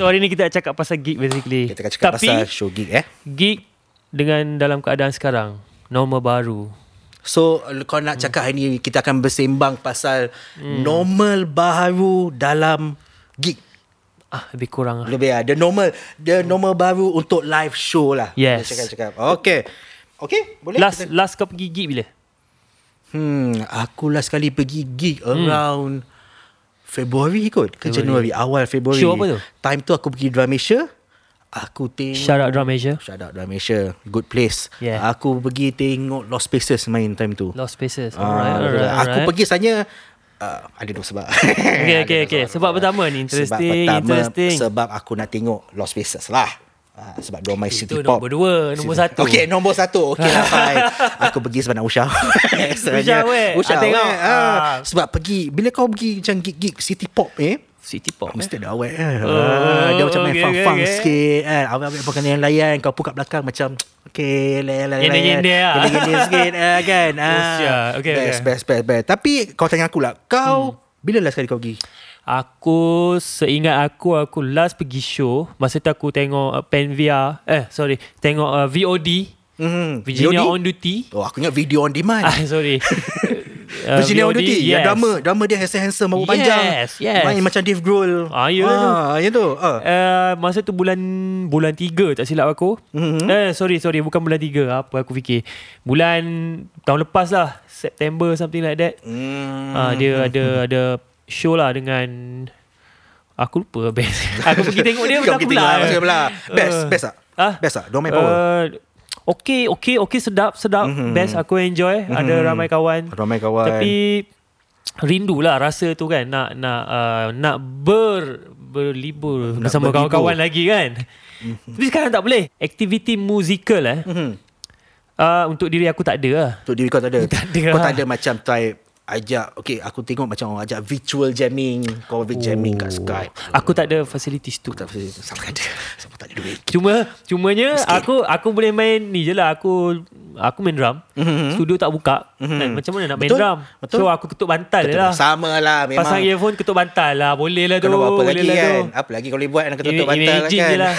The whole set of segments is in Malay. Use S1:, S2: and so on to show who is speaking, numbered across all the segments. S1: So hari ni kita nak cakap pasal gig basically.
S2: Kita akan cakap
S1: Tapi,
S2: pasal show gig eh.
S1: gig dengan dalam keadaan sekarang, norma baru.
S2: So kau nak cakap hari ni kita akan bersembang pasal
S1: Hmm.
S2: normal baru dalam gig.
S1: Ah, lebih kurang lah.
S2: Lebih lah. The normal the normal baru untuk live show lah.
S1: Yes.
S2: Dia Cakap-cakap. Okay. Okay, boleh?
S1: Last last kau pergi gig bila?
S2: Hmm, aku last kali pergi gig
S1: Hmm.
S2: around Februari kot ke Januari awal Februari.
S1: Show apa tu?
S2: Time tu aku pergi Drum Malaysia. Aku tengok
S1: Shout out Drum Asia.
S2: Shout out Drum Malaysia. Good place.
S1: Yeah.
S2: Aku pergi tengok Lost Spaces main time tu.
S1: Lost Spaces.
S2: Ah,
S1: Alright,
S2: betul.
S1: alright,
S2: Aku
S1: alright.
S2: pergi sebenarnya uh, ada dua sebab.
S1: Okay, okay,
S2: Ada dua
S1: okay.
S2: sebab.
S1: Sebab pertama ni
S2: sebab
S1: interesting,
S2: pertama,
S1: interesting.
S2: Sebab aku nak tengok Lost Spaces lah. Ah, sebab dia main City
S1: Itu
S2: Pop.
S1: nombor dua, nombor satu.
S2: Okay, nombor satu. Okay lah, fine. Aku pergi sebab nak usah. Sebenarnya,
S1: weh. Ah,
S2: Usah
S1: tengok.
S2: weh. Ah,
S1: Ah.
S2: Sebab pergi, bila kau pergi macam gig-gig City Pop eh,
S1: City Pop. eh?
S2: Mesti ada awet eh. Ah, Dia macam main
S1: okay,
S2: funk-funk
S1: okay, okay.
S2: sikit kan. Awet-awet pakai layan-layan. Kau pun kat belakang macam Okay, layan-layan.
S1: Gender-gender lah.
S2: Gender-gender sikit eh, kan. Ah,
S1: Oh, sia. Okay,
S2: best,
S1: okay. Hmm.
S2: best, best, best. Tapi kau tanya aku lah. Kau, bila last kali kau pergi?
S1: Aku seingat aku aku last pergi show masa tu aku tengok uh, Penvia eh sorry tengok uh, VOD
S2: Hmm,
S1: Virginia
S2: VOD?
S1: on duty.
S2: Oh, aku ingat video on demand.
S1: Ah sorry.
S2: Uh,
S1: Uh,
S2: Virginia on
S1: VOD,
S2: duty. Yang drama. Drama dia handsome-handsome. Rambut
S1: Yes,
S2: panjang.
S1: yes.
S2: Main macam Dave Grohl.
S1: Ah, ya
S2: Ah, ya tu. Ah.
S1: Uh, masa tu bulan bulan 3 tak silap aku.
S2: Mhm.
S1: Mm-hmm. Eh sorry sorry bukan bulan 3 apa aku fikir. Bulan tahun lepas lah September something like that.
S2: Hmm.
S1: Ah dia ada ada show lah dengan aku lupa best. aku pergi tengok dia
S2: Kau
S1: aku Eh.
S2: pergi tengok, aku pula. Best, best tak?
S1: Ah?
S2: Best tak? Dorang main power? Mhm.
S1: Uh, okay, okay, okay sedap, sedap. Mm-hmm. Best aku enjoy. Mm-hmm. Ada ramai kawan.
S2: Ramai kawan.
S1: Tapi rindulah rasa tu kan nak nak uh, nak ber berlibur
S2: Nak
S1: bersama
S2: berlibur. Mhm.
S1: kawan-kawan lagi kan. Tapi sekarang tak boleh. Aktiviti musikal eh. Mm-hmm. Uh, untuk diri aku tak ada lah.
S2: Untuk diri kau tak ada.
S1: Tak ada
S2: Kau
S1: lah.
S2: tak ada macam type ajak. Okay, aku tengok macam orang ajak virtual jamming. Kau virtual jamming kat Skype.
S1: Aku tak ada facilities tu.
S2: Tak boleh sama ada. Sama tak ada duit.
S1: Cuma cumanya Miskin. aku aku boleh main ni je lah aku aku main drum. Mm-hmm. Studio tak buka. Mm-hmm. Kan? Macam mana nak main
S2: Mhm. Betul,
S1: drum?
S2: betul.
S1: So aku ketuk bantal je lah.
S2: Sama lah memang.
S1: Pasang earphone ketuk bantal lah. Boleh lah
S2: Kau
S1: tu.
S2: nak buat apa
S1: boleh
S2: lagi
S1: lah
S2: kan?
S1: tu.
S2: Apa lagi kau boleh buat nak tutup
S1: Ima-
S2: bantal lah
S1: imagine
S2: kan?
S1: je lah.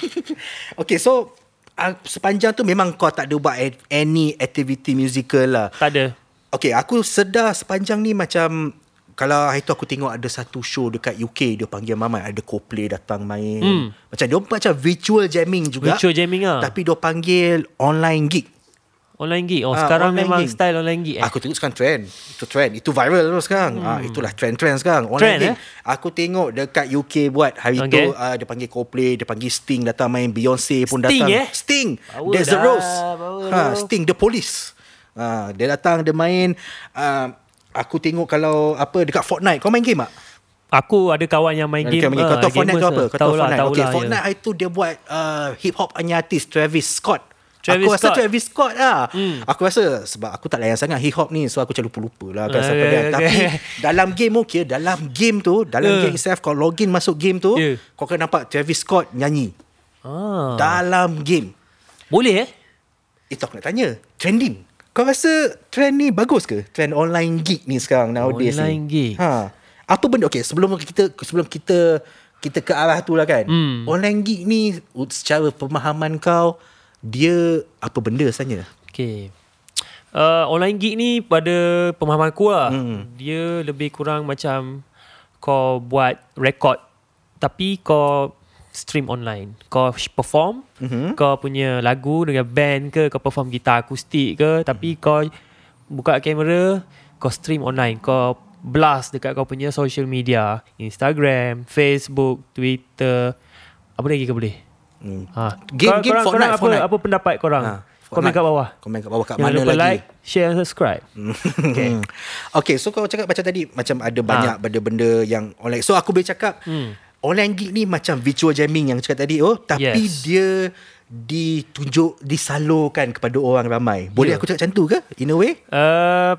S2: okay, so uh, sepanjang tu memang kau tak ada buat a- any activity musical lah.
S1: Tak ada.
S2: Okay, aku sedar sepanjang ni macam kalau hari tu aku tengok ada satu show dekat UK dia panggil Mamat ada Coldplay datang main. Hmm. Macam dia pun macam virtual jamming juga.
S1: Virtual jamming ah.
S2: Tapi dia panggil online gig.
S1: Online gig. Oh,
S2: Ah,
S1: sekarang
S2: online
S1: memang
S2: gig. Ah.
S1: style online gig eh.
S2: Aku tengok sekarang trend. Itu trend. Itu viral tu sekarang. Hmm. Ah, itulah trend-trend sekarang. Online
S1: Trend,
S2: gig.
S1: eh?
S2: Aku tengok dekat UK buat hari okay. tu
S1: Okay.
S2: uh, dia panggil Coldplay, dia panggil Sting datang main, Beyonce pun
S1: Sting,
S2: datang.
S1: eh?
S2: Sting.
S1: Power
S2: There's the
S1: dah,
S2: Rose.
S1: power
S2: Ha,
S1: dah.
S2: Sting the Police. Ha, dia datang dia main uh, aku tengok kalau apa dekat Fortnite. Kau main game tak?
S1: Aku ada kawan yang main game.
S2: Game, game.
S1: ah,
S2: Kau tahu Fortnite tu
S1: gamers
S2: apa?
S1: ah.
S2: Kau tahu Fortnite. okay,
S1: ya.
S2: Fortnite hari tu dia buat uh, hip hop punya artis Travis Scott.
S1: Travis
S2: aku rasa
S1: Scott.
S2: Travis Scott lah. Hmm. Aku rasa sebab aku tak layan sangat hip hop ni so aku macam lupa-lupa lah kan siapa
S1: Okay,
S2: dia.
S1: Eh, okay. Eh.
S2: Tapi dalam game okay, dalam game tu, dalam
S1: Yeah.
S2: game itself kau login masuk game tu,
S1: Yeah.
S2: kau akan nampak Travis Scott nyanyi
S1: Eh. Ah.
S2: dalam game.
S1: Boleh eh?
S2: Itu aku nak tanya, trending. Kau rasa trend ni bagus ke? Trend online gig ni sekarang nowadays ni.
S1: Online gig.
S2: Ha. Apa benda okey sebelum kita sebelum kita kita ke arah tu lah kan. Hmm. Online gig ni secara pemahaman kau dia apa benda sebenarnya?
S1: Okay. Uh, online gig ni pada pemahaman aku lah. Hmm. Dia lebih kurang macam kau buat rekod tapi kau stream online. Kau sh- perform, mm-hmm.
S2: Mhm.
S1: kau punya lagu dengan band ke, kau perform gitar akustik ke,
S2: Hmm.
S1: tapi kau buka kamera, kau stream online. Kau blast dekat kau punya social media, Instagram, Facebook, Twitter. Apa lagi kau boleh? Hmm. Ha. Kor-
S2: Game- game
S1: korang- korang
S2: Fortnite,
S1: apa,
S2: Fortnite.
S1: apa pendapat korang?
S2: Ha,
S1: Ha, Komen
S2: Fortnite.
S1: kat bawah.
S2: Komen kat bawah kat
S1: Jangan
S2: mana
S1: lupa
S2: lagi?
S1: like, share and subscribe.
S2: Okay.
S1: Hmm.
S2: okay, so kau cakap macam tadi macam ada banyak
S1: Ha.
S2: benda-benda yang online. So aku boleh cakap
S1: Hmm.
S2: online gig ni macam virtual jamming yang cakap tadi oh, tapi
S1: Yes.
S2: dia ditunjuk disalurkan kepada orang ramai.
S1: Ya.
S2: Boleh aku cakap macam tu ke? In a way?
S1: Uh,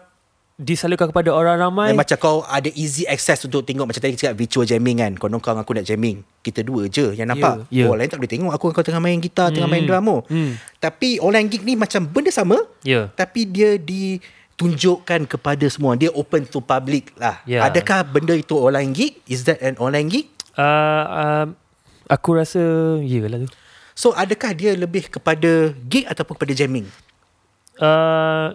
S1: disalurkan kepada orang ramai.
S2: Dan macam kau ada easy access untuk tengok macam tadi kita cakap virtual jamming kan. Kau kau dengan aku nak jamming. Kita dua je yang
S1: Ya,
S2: nampak.
S1: Hmm. ya.
S2: Orang lain tak boleh tengok aku dengan kau tengah main gitar, tengah main drum. Oh. Tapi online gig ni macam benda sama.
S1: Ya.
S2: Tapi dia ditunjukkan kepada semua. Dia open to public lah.
S1: Ya.
S2: Adakah benda itu online gig? Is that an online gig?
S1: Uh, um, Aku rasa Yelah tu
S2: So adakah dia lebih kepada gig ataupun kepada jamming?
S1: uh,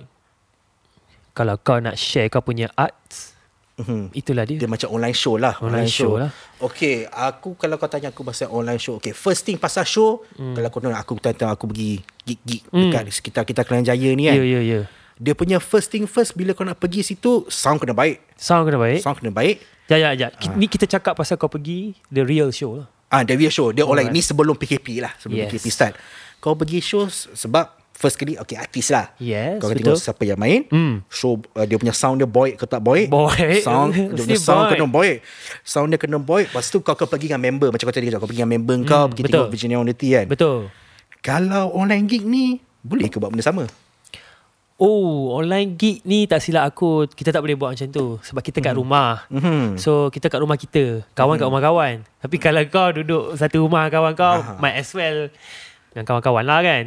S1: Kalau kau nak share kau punya arts
S2: Mhm.
S1: mm-hmm. Itulah dia,
S2: Dia macam online show lah.
S1: Online show lah.
S2: Okay, aku kalau kau tanya aku pasal online show. Okay, first thing pasal show,
S1: Hmm.
S2: mm. kalau kau nak aku tanya aku pergi gig-gig mm. dekat sekitar kita Kelang Jaya ni kan.
S1: Ya ya ya
S2: Dia punya first thing first bila kau nak pergi situ, sound kena baik.
S1: Sound kena baik
S2: Sound Ha. kena baik.
S1: Sekejap, sekejap, sekejap. Ki- Ni kita cakap pasal kau pergi The real show lah
S2: Ah, the real show. Dia online. Ni sebelum PKP lah.
S1: Yes.
S2: Sebelum PKP start. Kau pergi show s- sebab first kali, okay, artis lah.
S1: Yes,
S2: Kau akan
S1: betul. Hmm.
S2: tengok siapa yang main. Mm. Show, uh, dia punya sound dia boy ke tak boy.
S1: Boy.
S2: Sound, dia punya
S1: Mesti
S2: sound
S1: boy.
S2: kena boy. Sound dia kena boy. Lepas tu kau akan pergi dengan member. Macam kau tadi kau pergi dengan member mm, kau. Pergi
S1: Hmm, betul.
S2: tengok Virginia Unity kan.
S1: Betul
S2: Kalau online gig ni, boleh ke buat benda sama?
S1: Oh, online gig ni tak silap aku kita tak boleh buat macam tu sebab kita
S2: Hmm.
S1: kat rumah.
S2: Mhm.
S1: So kita kat rumah kita, kawan kat
S2: Hmm.
S1: rumah kawan. Tapi kalau kau duduk satu rumah dengan kawan kau, might as well dengan kawan-kawan lah kan.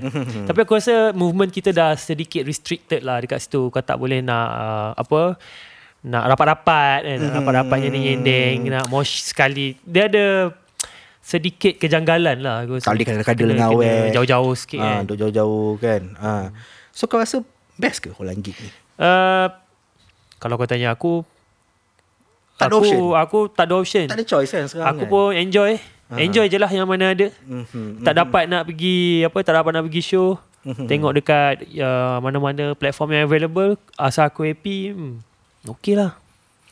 S1: Tapi aku rasa movement kita dah sedikit restricted lah dekat situ. Kau tak boleh nak uh, apa nak rapat-rapat kan,
S2: Hmm.
S1: nak rapat-rapat nyending-nyending, nak mosh sekali. Dia ada sedikit kejanggalan lah aku rasa.
S2: Kalau dia kadang-kadang
S1: Kena-
S2: dengan
S1: kena
S2: awet.
S1: Jauh-jauh sikit
S2: Ah,
S1: kan.
S2: duduk jauh-jauh kan. Ah. So kau rasa best ke online gig ni?
S1: Uh, kalau kau tanya aku
S2: Tak ada
S1: aku,
S2: option.
S1: Aku tak ada option
S2: Tak ada choice kan sekarang
S1: Aku
S2: kan?
S1: pun enjoy Enjoy je lah yang mana ada
S2: Mhm,
S1: Tak dapat nak pergi Apa Tak dapat nak pergi show Tengok dekat uh, Mana-mana platform yang available Asal aku happy hmm, Okay lah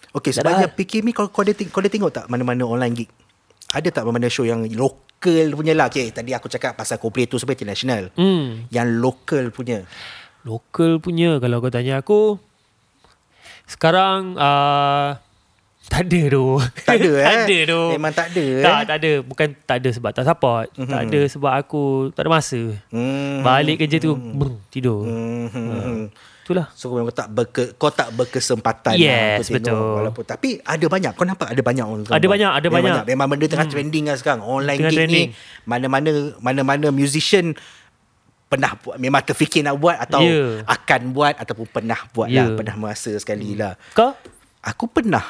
S2: Okay,
S1: Tak
S2: sebab
S1: ada.
S2: dia PKM ni kau, kau, ada, ting- kau ada tengok tak mana-mana online gig? Ada tak mana-mana show yang lokal punya lah? Okay, tadi aku cakap pasal Coldplay tu sampai international.
S1: hmm,
S2: Yang lokal punya.
S1: Local punya Kalau kau tanya aku Sekarang uh, Tak ada tu
S2: Tak ada, eh?
S1: Tak ada tu
S2: Memang tak ada, eh? Mhm.
S1: Tak tak ada Bukan tak ada sebab tak support mm-hmm. Tak ada sebab aku Tak ada masa
S2: Hmm.
S1: Balik kerja tu brr, Tidur
S2: Hmm. hmm.
S1: Itulah
S2: So kau memang tak berke, kau tak berkesempatan
S1: Yes,
S2: kau tengok
S1: betul.
S2: walaupun tapi ada banyak kau nampak ada banyak
S1: Ada
S2: orang gambar.
S1: banyak, ada
S2: memang
S1: banyak. Hmm.
S2: memang benda tengah trending kan sekarang online
S1: Tengah
S2: gig
S1: trending.
S2: ni mana-mana mana-mana musician pernah buat memang terfikir nak buat atau
S1: Ya.
S2: akan buat ataupun pernah buat
S1: Ya. Hmm.
S2: lah pernah merasa sekali lah
S1: Kau
S2: Aku pernah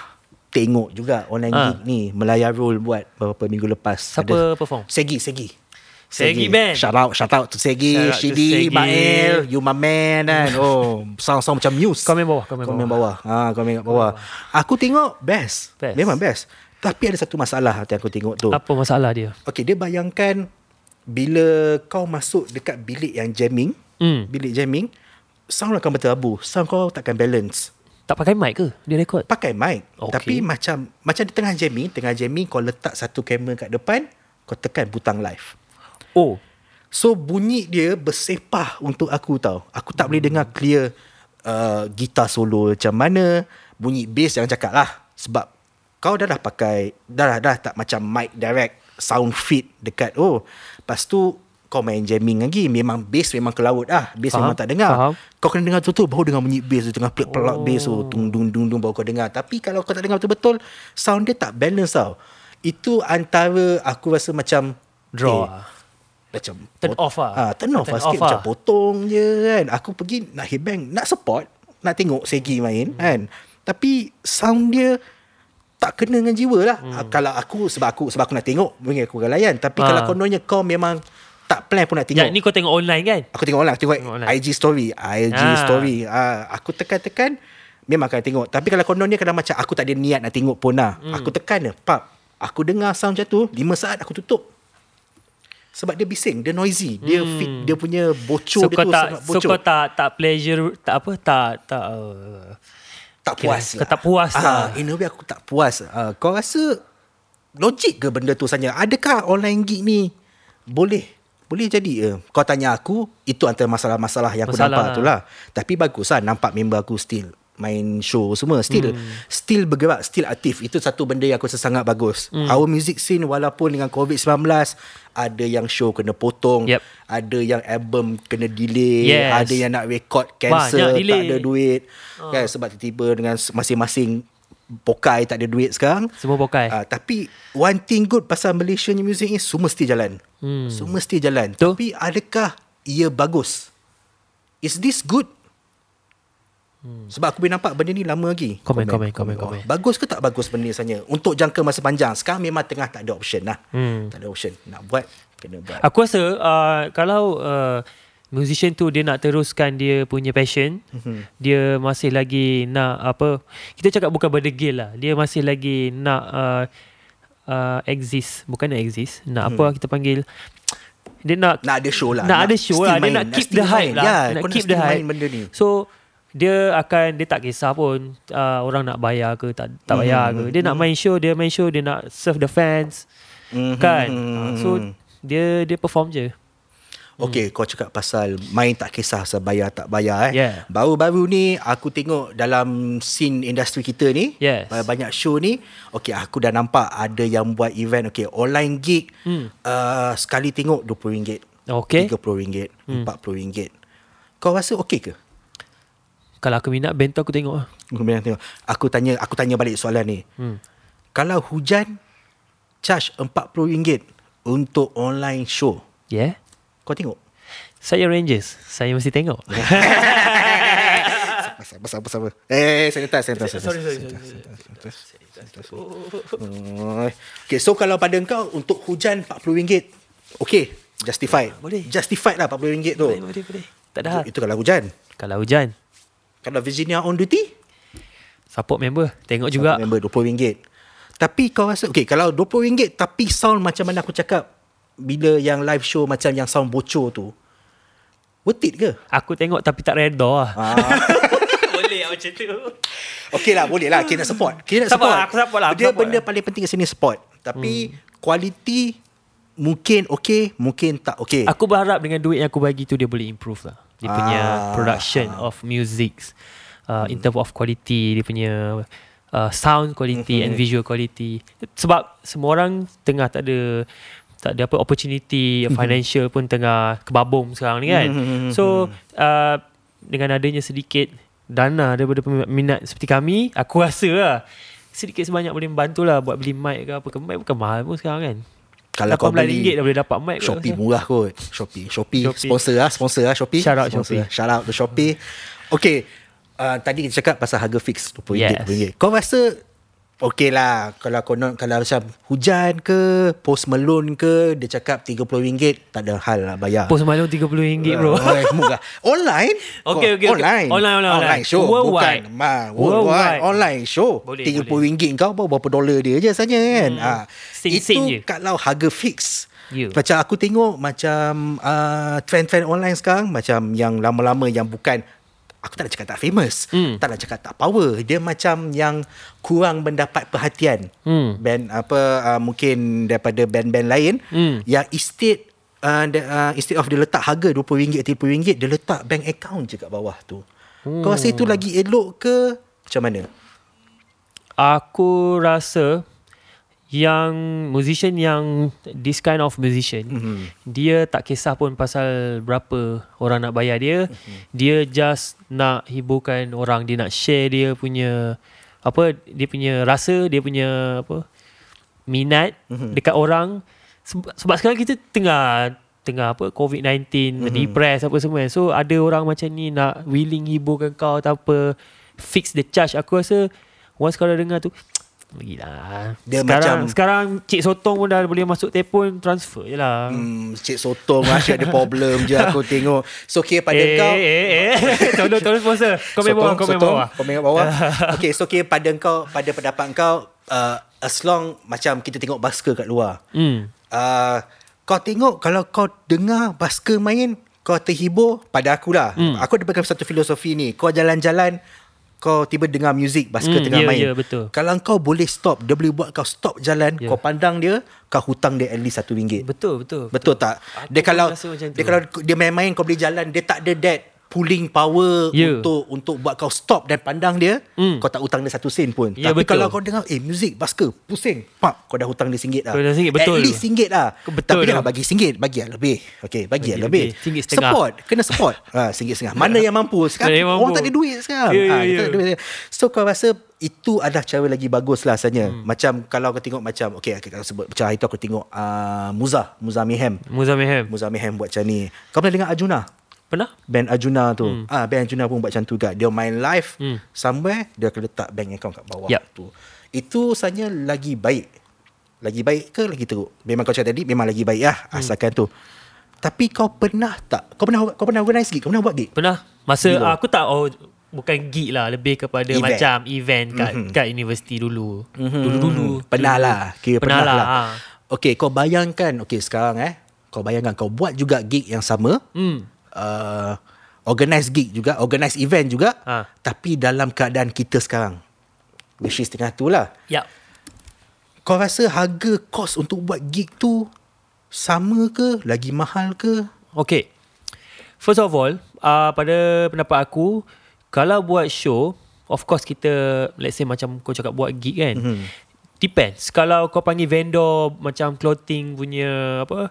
S2: tengok juga online ha.
S1: Ha.
S2: gig ni Melaya Roll buat beberapa minggu lepas.
S1: Siapa perform?
S2: Segi, Segi.
S1: Segi band.
S2: Shout out, shout out to Segi,
S1: Shout out to Segi.
S2: Shidi, Mael, you my man kan. Oh, sound-sound macam Muse.
S1: Komen bawah, komen
S2: Komen bawah. Ha, komen kat bawah. Aku tengok best.
S1: Best.
S2: Memang best. Tapi ada satu masalah yang aku tengok tu.
S1: Apa masalah dia
S2: Okay, dia bayangkan bila kau masuk dekat bilik yang jamming,
S1: Hmm.
S2: bilik jamming, sound akan berterabur. Sound kau takkan balance
S1: Tak pakai mic ke Dia record
S2: pakai mic okay.
S1: Okey.
S2: tapi macam macam di tengah jamming tengah jamming kau letak satu kamera kat depan kau tekan butang live
S1: Oh
S2: so bunyi dia bersepah untuk aku tau aku tak boleh dengar clear uh, gitar solo macam mana bunyi bass jangan cakap lah sebab kau dah dah pakai dah dah, dah tak macam mic direct sound fit dekat oh lepas tu kau main jamming lagi memang bass memang ke laut lah bass
S1: Faham,
S2: memang tak dengar
S1: faham.
S2: kau kena dengar betul-betul Baru dengar bunyi bass tu Tengah pelak-pelak oh. bass tu Tung dung dung dung Baru kau dengar Tapi kalau kau tak dengar betul-betul Sound dia tak balance tau Itu antara Aku rasa macam
S1: Draw
S2: eh,
S1: ah.
S2: Macam
S1: Turn
S2: pot-
S1: off ah.
S2: ah Turn off
S1: Turn
S2: lah sikit
S1: off
S2: Macam
S1: ah.
S2: potong je kan Aku pergi nak headbang Nak support Nak tengok Segi main hmm. kan Tapi Sound dia tak kena dengan jiwa lah hmm. Kalau aku Sebab aku sebab aku nak tengok Mungkin aku akan layan Tapi
S1: Ah.
S2: kalau kononnya kau memang Tak plan pun nak tengok
S1: Sekejap ni kau tengok online kan
S2: Aku tengok online Aku tengok,
S1: Tengok
S2: online.
S1: online.
S2: IG story IG
S1: Ah.
S2: story ah, Aku tekan-tekan Memang akan tengok Tapi kalau konon dia Kadang macam Aku tak ada niat nak tengok pun lah hmm. Aku tekan je Pap Aku dengar sound macam tu 5 saat aku tutup Sebab dia bising Dia noisy Dia hmm. fit, dia punya bocor
S1: So
S2: dia
S1: kau
S2: tu
S1: tak
S2: sangat
S1: So
S2: bocor
S1: kau tak Tak pleasure Tak apa Tak Tak uh,
S2: tak
S1: Kira-
S2: puas lah.
S1: kau tak puas
S2: ah,
S1: lah.
S2: In a way aku tak puas. Ah, kau rasa logik ke benda tu Sanya? Adakah online gig ni boleh? Boleh jadi eh. Kau tanya aku, itu antara masalah-masalah yang aku
S1: Masalah
S2: nampak
S1: lah.
S2: tu lah. Tapi bagus lah nampak member aku still main show semua still hmm. still bergerak still aktif itu satu benda yang aku rasa sangat bagus hmm. our music scene walaupun dengan covid-19 ada yang show kena potong
S1: Yep.
S2: ada yang album kena delay
S1: Yes.
S2: ada yang nak record
S1: Banyak
S2: cancel tak
S1: delay.
S2: ada duit
S1: Ah.
S2: oh. kan sebab tiba-tiba dengan s- masing-masing pokai tak ada duit sekarang
S1: Semua pokai.
S2: uh, tapi one thing good pasal Malaysia ni music ni semua mesti jalan hmm. semua mesti jalan
S1: Betul.
S2: tapi adakah ia bagus is this good Hmm. Sebab aku boleh nampak benda ni lama lagi.
S1: Komen, komen, komen, komen.
S2: Oh, Bagus ke tak bagus benda ni sebenarnya? Untuk jangka masa panjang. Sekarang memang tengah tak ada option lah. Hmm. Tak ada option. Nak buat, kena buat.
S1: Aku rasa uh, kalau uh, musician tu dia nak teruskan dia punya passion,
S2: Mhm.
S1: mm-hmm. dia masih lagi nak apa? Kita cakap bukan berdegil lah. Dia masih lagi nak uh, uh, exist, bukan nak exist,
S2: Mhm.
S1: nak apa kita panggil? Dia nak
S2: Nak ada show lah.
S1: nak ada show
S2: still
S1: lah. Dia
S2: main,
S1: nak keep
S2: still
S1: the hype
S2: main.
S1: lah.
S2: Ya,
S1: nak
S2: kau
S1: keep
S2: still
S1: the hype.
S2: main benda ni.
S1: So dia akan dia tak kisah pun uh, orang nak bayar ke tak tak bayar ke.
S2: Hmm.
S1: Dia nak main show, dia main show, dia nak serve the fans.
S2: Mhm,
S1: Kan?
S2: mhm,
S1: Uh, so
S2: mhm.
S1: dia dia perform je.
S2: Okay, Hmm. kau cakap pasal main tak kisah pasal bayar tak bayar eh.
S1: Yeah.
S2: Baru-baru ni aku tengok dalam scene industri kita ni,
S1: Yes.
S2: banyak show ni, okay aku dah nampak ada yang buat event, okay online gig, hmm. uh, sekali tengok RM20,
S1: Okay.
S2: RM30, RM40. Kau rasa okay ke?
S1: Kalau aku minat band tu aku tengok lah.
S2: Aku bilang tengok. Aku tanya aku tanya balik soalan ni. Hmm. Kalau hujan charge RM40 untuk online show. Ya.
S1: Yeah.
S2: Kau tengok?
S1: Saya Rangers. Saya mesti tengok.
S2: Pasal pasal pasal. apa? Eh, eh, sanitas, sanitas. Sorry, sorry, sorry. Okay, so kalau pada engkau untuk hujan RM40, okay, justified.
S1: Boleh.
S2: Justified lah RM40 tu.
S1: Boleh, boleh, boleh. Tak ada hal.
S2: Itu, itu kalau hujan.
S1: Kalau hujan,
S2: Kalau Virginia on duty,
S1: support member. Tengok juga.
S2: member RM20. Tapi kau rasa, okay, kalau RM20 tapi sound macam mana aku cakap, bila yang live show macam yang sound bocor tu, worth it ke?
S1: Aku tengok tapi tak reda lah.
S2: Ah.
S1: boleh lah macam tu.
S2: Okay lah boleh lah Kita nak support Kita nak
S1: Support
S2: support
S1: lah, aku support lah, aku
S2: Dia
S1: support
S2: benda
S1: lah. Hmm.
S2: paling penting kat sini support Tapi Kualiti Mungkin okay Mungkin tak okay
S1: Aku berharap dengan duit yang aku bagi tu dia boleh improve lah. Dia punya
S2: Ah.
S1: production of music uh, in terms of quality, dia punya uh, sound quality
S2: Mhm.
S1: and visual quality. Sebab semua orang tengah tak ada tak ada apa opportunity
S2: Mhm.
S1: financial pun tengah kebabung sekarang ni kan.
S2: mhm,
S1: So uh, dengan adanya sedikit dana daripada peminat seperti kami, aku rasa lah sedikit sebanyak boleh membantu lah buat beli mic ke apa ke. Mic bukan mahal pun sekarang kan.
S2: Kalau kau
S1: RM18
S2: beli
S1: dah boleh dapat mic kot.
S2: Shopee murah kot Shopee Shopee,
S1: Shopee.
S2: Sponsor lah Sponsor lah Shopee
S1: Shout out
S2: Sponsor
S1: Shopee.
S2: lah. Shout out to Shopee Okay uh, Tadi kita cakap pasal harga fix RM20
S1: Yes.
S2: yes. Kau rasa Okay lah Kalau kau nak Kalau macam hujan ke Post Malone ke Dia cakap RM30 Tak ada hal lah bayar
S1: Post Malone RM30 bro.
S2: Oh, eh,
S1: lah.
S2: murah. Online?
S1: Okay,
S2: Kau-
S1: okay, okay.
S2: online.
S1: Online, online,
S2: Online
S1: online.
S2: show.
S1: Worldwide.
S2: Bukan. Ma, worldwide.
S1: Worldwide.
S2: Online show.
S1: Boleh,
S2: RM30 kau bawa berapa dolar dia je saja kan. Hmm. Ha.
S1: Sing-
S2: Itu
S1: sing je. Ya.
S2: kalau harga fix.
S1: You.
S2: Macam aku tengok macam uh, trend-trend online sekarang. Macam yang lama-lama yang bukan Aku tak nak cakap tak famous
S1: Hmm.
S2: Tak nak cakap tak power Dia macam yang Kurang mendapat perhatian
S1: Hmm.
S2: Band apa uh, Mungkin daripada band-band lain
S1: Hmm.
S2: yang instead uh, the, uh, instead of dia letak harga RM20 RM30 dia letak bank account je kat bawah tu. Hmm. Kau rasa itu lagi elok ke macam mana?
S1: Aku rasa yang musician yang this kind of musician mm-hmm. dia tak kisah pun pasal berapa orang nak bayar dia
S2: Hmm.
S1: mm-hmm. dia just nak hiburkan orang dia nak share dia punya apa dia punya rasa dia punya apa minat
S2: Hmm.
S1: mm-hmm. dekat orang sebab, sebab sekarang kita tengah tengah apa COVID-19
S2: Hmm.
S1: mm-hmm. depress apa semua kan. so ada orang macam ni nak willing hiburkan kau atau apa fix the charge aku rasa once kau dah dengar tu Gilah. sekarang,
S2: Dia macam-
S1: sekarang Cik Sotong pun dah boleh masuk telefon transfer je lah.
S2: Hmm, Cik Sotong asyik ada problem je aku tengok. So okay pada
S1: eh,
S2: kau.
S1: eh, eh, eh. tolong, tolong sponsor. Komen bawah, komen bawah.
S2: Komen bawah. okay, so okay pada kau, pada pendapat kau uh, as long macam kita tengok basker kat luar.
S1: Hmm.
S2: uh, kau tengok kalau kau dengar basker main kau terhibur pada akulah hmm. aku ada pegang satu filosofi ni kau jalan-jalan kau tiba dengar muzik basker
S1: Hmm,
S2: tengah
S1: ya,
S2: main
S1: ya, betul.
S2: kalau kau boleh stop dia boleh buat kau stop jalan
S1: Ya.
S2: kau pandang dia kau hutang dia at least satu ringgit
S1: Betul, betul.
S2: Betul tak?
S1: Aku
S2: Dia
S1: pun
S2: kalau
S1: rasa macam tu.
S2: dia kalau dia main-main kau boleh jalan, dia tak ada that pulling power
S1: Ya.
S2: untuk untuk buat kau stop dan pandang dia,
S1: Mm.
S2: kau tak hutang dia satu sen pun.
S1: Ya,
S2: Tapi
S1: betul.
S2: kalau kau dengar eh muzik basker pusing, pak kau dah hutang dia singgit dah.
S1: Kau dah singgit, betul.
S2: At least singgit dah.
S1: Betul
S2: Tapi
S1: tu.
S2: jangan bagi singgit, bagi yang lebih. Okey, bagi yang lebih.
S1: lebih. Singgit setengah.
S2: Support, kena support. ha, singgit setengah. Mana yang mampu? Sekarang
S1: Mana yang
S2: orang
S1: mampu.
S2: tak ada duit sekarang.
S1: Ya,
S2: ha,
S1: ya,
S2: kita
S1: ya.
S2: tak ada duit. So kau rasa itu adalah cara lagi bagus lah rasanya. Hmm. Macam kalau kau tengok macam okay kita sebut macam hari tu aku tengok uh, Muzah, Muzah Mayhem.
S1: Muzah Mayhem.
S2: Muzah Mayhem buat macam ni. Kau pernah dengar Arjuna?
S1: Pernah?
S2: Band Arjuna tu. Hmm. Ah band Arjuna pun buat macam tu juga. Dia main live hmm. Ya. somewhere dia akan letak bank account kat bawah
S1: Yup.
S2: tu. Itu sebenarnya lagi baik. Lagi baik ke lagi teruk? Memang kau cakap tadi memang lagi baik lah asalkan tu. Tapi kau pernah tak? Kau pernah kau pernah organize gig? Kau pernah buat gig?
S1: Pernah. Masa
S2: Bila?
S1: uh, aku tak oh bukan gig lah lebih kepada
S2: Event. Mhm.
S1: event. macam event kat mm-hmm. kat universiti dulu. Mm-hmm. Dulu-dulu.
S2: Pernah lah. Kira pernah,
S1: Pernah
S2: lah.
S1: lah,
S2: lah. Okay, kau bayangkan. Okay, sekarang eh. Kau bayangkan kau buat juga gig yang sama. Hmm. Uh, organize gig juga. Organize event juga.
S1: Ha.
S2: Tapi dalam keadaan kita sekarang. Which is tengah tu lah.
S1: Yap.
S2: Kau rasa harga kos untuk buat gig tu sama ke? Lagi mahal ke?
S1: Okay. First of all, uh, pada pendapat aku, kalau buat show, of course kita, let's say macam kau cakap buat gig kan, mm-hmm. depends. Kalau kau panggil vendor macam clothing punya apa,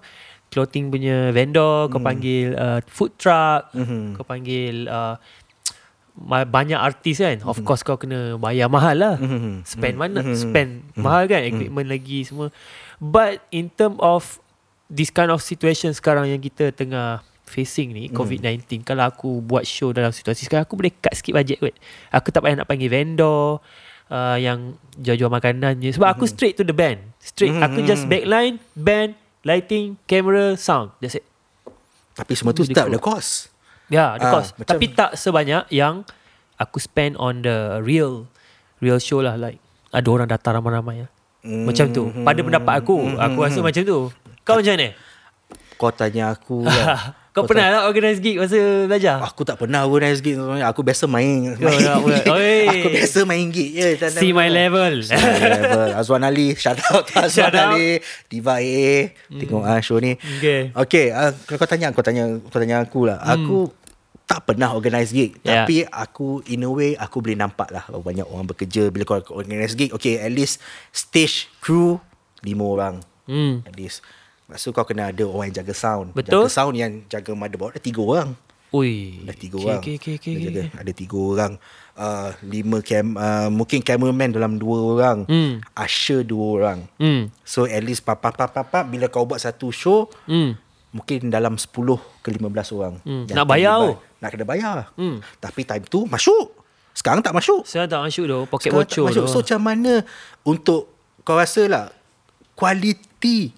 S1: clothing punya vendor, kau panggil uh, food truck, mm-hmm. kau panggil uh, ma- banyak artis kan, of course kau kena bayar mahal lah.
S2: Mhm.
S1: Spend mana? Spend mahal kan, equipment lagi semua. But in term of this kind of situation sekarang yang kita tengah facing ni COVID-19 kalau aku buat show dalam situasi sekarang aku boleh cut sikit bajet kot aku tak payah nak panggil vendor uh, yang jual-jual makanan je sebab aku straight to the band straight aku just backline band lighting camera sound that's it
S2: Tapi semua tu
S1: Jadi
S2: tetap
S1: kau-
S2: ada kos.
S1: Ya, yeah, the
S2: Ah,
S1: cost.
S2: macam-
S1: Tapi tak sebanyak yang aku spend on the real real show lah like ada orang datang ramai-ramai lah. Mm. Macam tu.
S2: Hmm.
S1: Pada pendapat aku, aku rasa macam tu. Kau macam mana?
S2: Kau tanya aku lah.
S1: Kau pernah tak organize gig masa belajar?
S2: Aku tak pernah organize gig sebenarnya. Aku biasa main,
S1: Kau
S2: main
S1: nak buat.
S2: gig.
S1: Oh, ya, Oi.
S2: Aku biasa main gig je Tandang-
S1: See my level.
S2: level. Azwan Ali Shout out to Azwan
S1: Shout out. Hmm.
S2: Ali Diva AA Tengok ah show ni
S1: Okay. Hmm.
S2: Okay ah, Kalau kau tanya Kau tanya Kau tanya aku lah Aku tak pernah organize gig
S1: Yeah.
S2: Tapi aku In a way Aku boleh nampak lah berapa Banyak orang bekerja Bila kau organize gig Okay at least Stage crew Lima orang
S1: Hmm.
S2: At least Lepas tu kau kena ada orang yang jaga sound
S1: Betul.
S2: Jaga sound yang jaga motherboard Ada tiga orang
S1: Ui.
S2: Dah tiga
S1: okay,
S2: orang
S1: Okay, okay, okay,
S2: Dah
S1: okay.
S2: jaga. Ada tiga orang uh, Lima cam uh, Mungkin cameraman dalam dua orang
S1: Hmm.
S2: Usher dua orang
S1: Hmm.
S2: So at least pap, pap, pap, pap, pap, Bila kau buat satu show
S1: Hmm.
S2: Mungkin dalam 10 ke 15 orang
S1: Hmm.
S2: yang
S1: Nak bayar
S2: terlibat.
S1: oh.
S2: Nak kena bayar hmm. Tapi time tu masuk Sekarang tak masuk
S1: Saya tak masuk tu. Pocket
S2: Sekarang tak
S1: bocor
S2: masuk
S1: tu.
S2: So macam mana Untuk Kau rasa lah Kualiti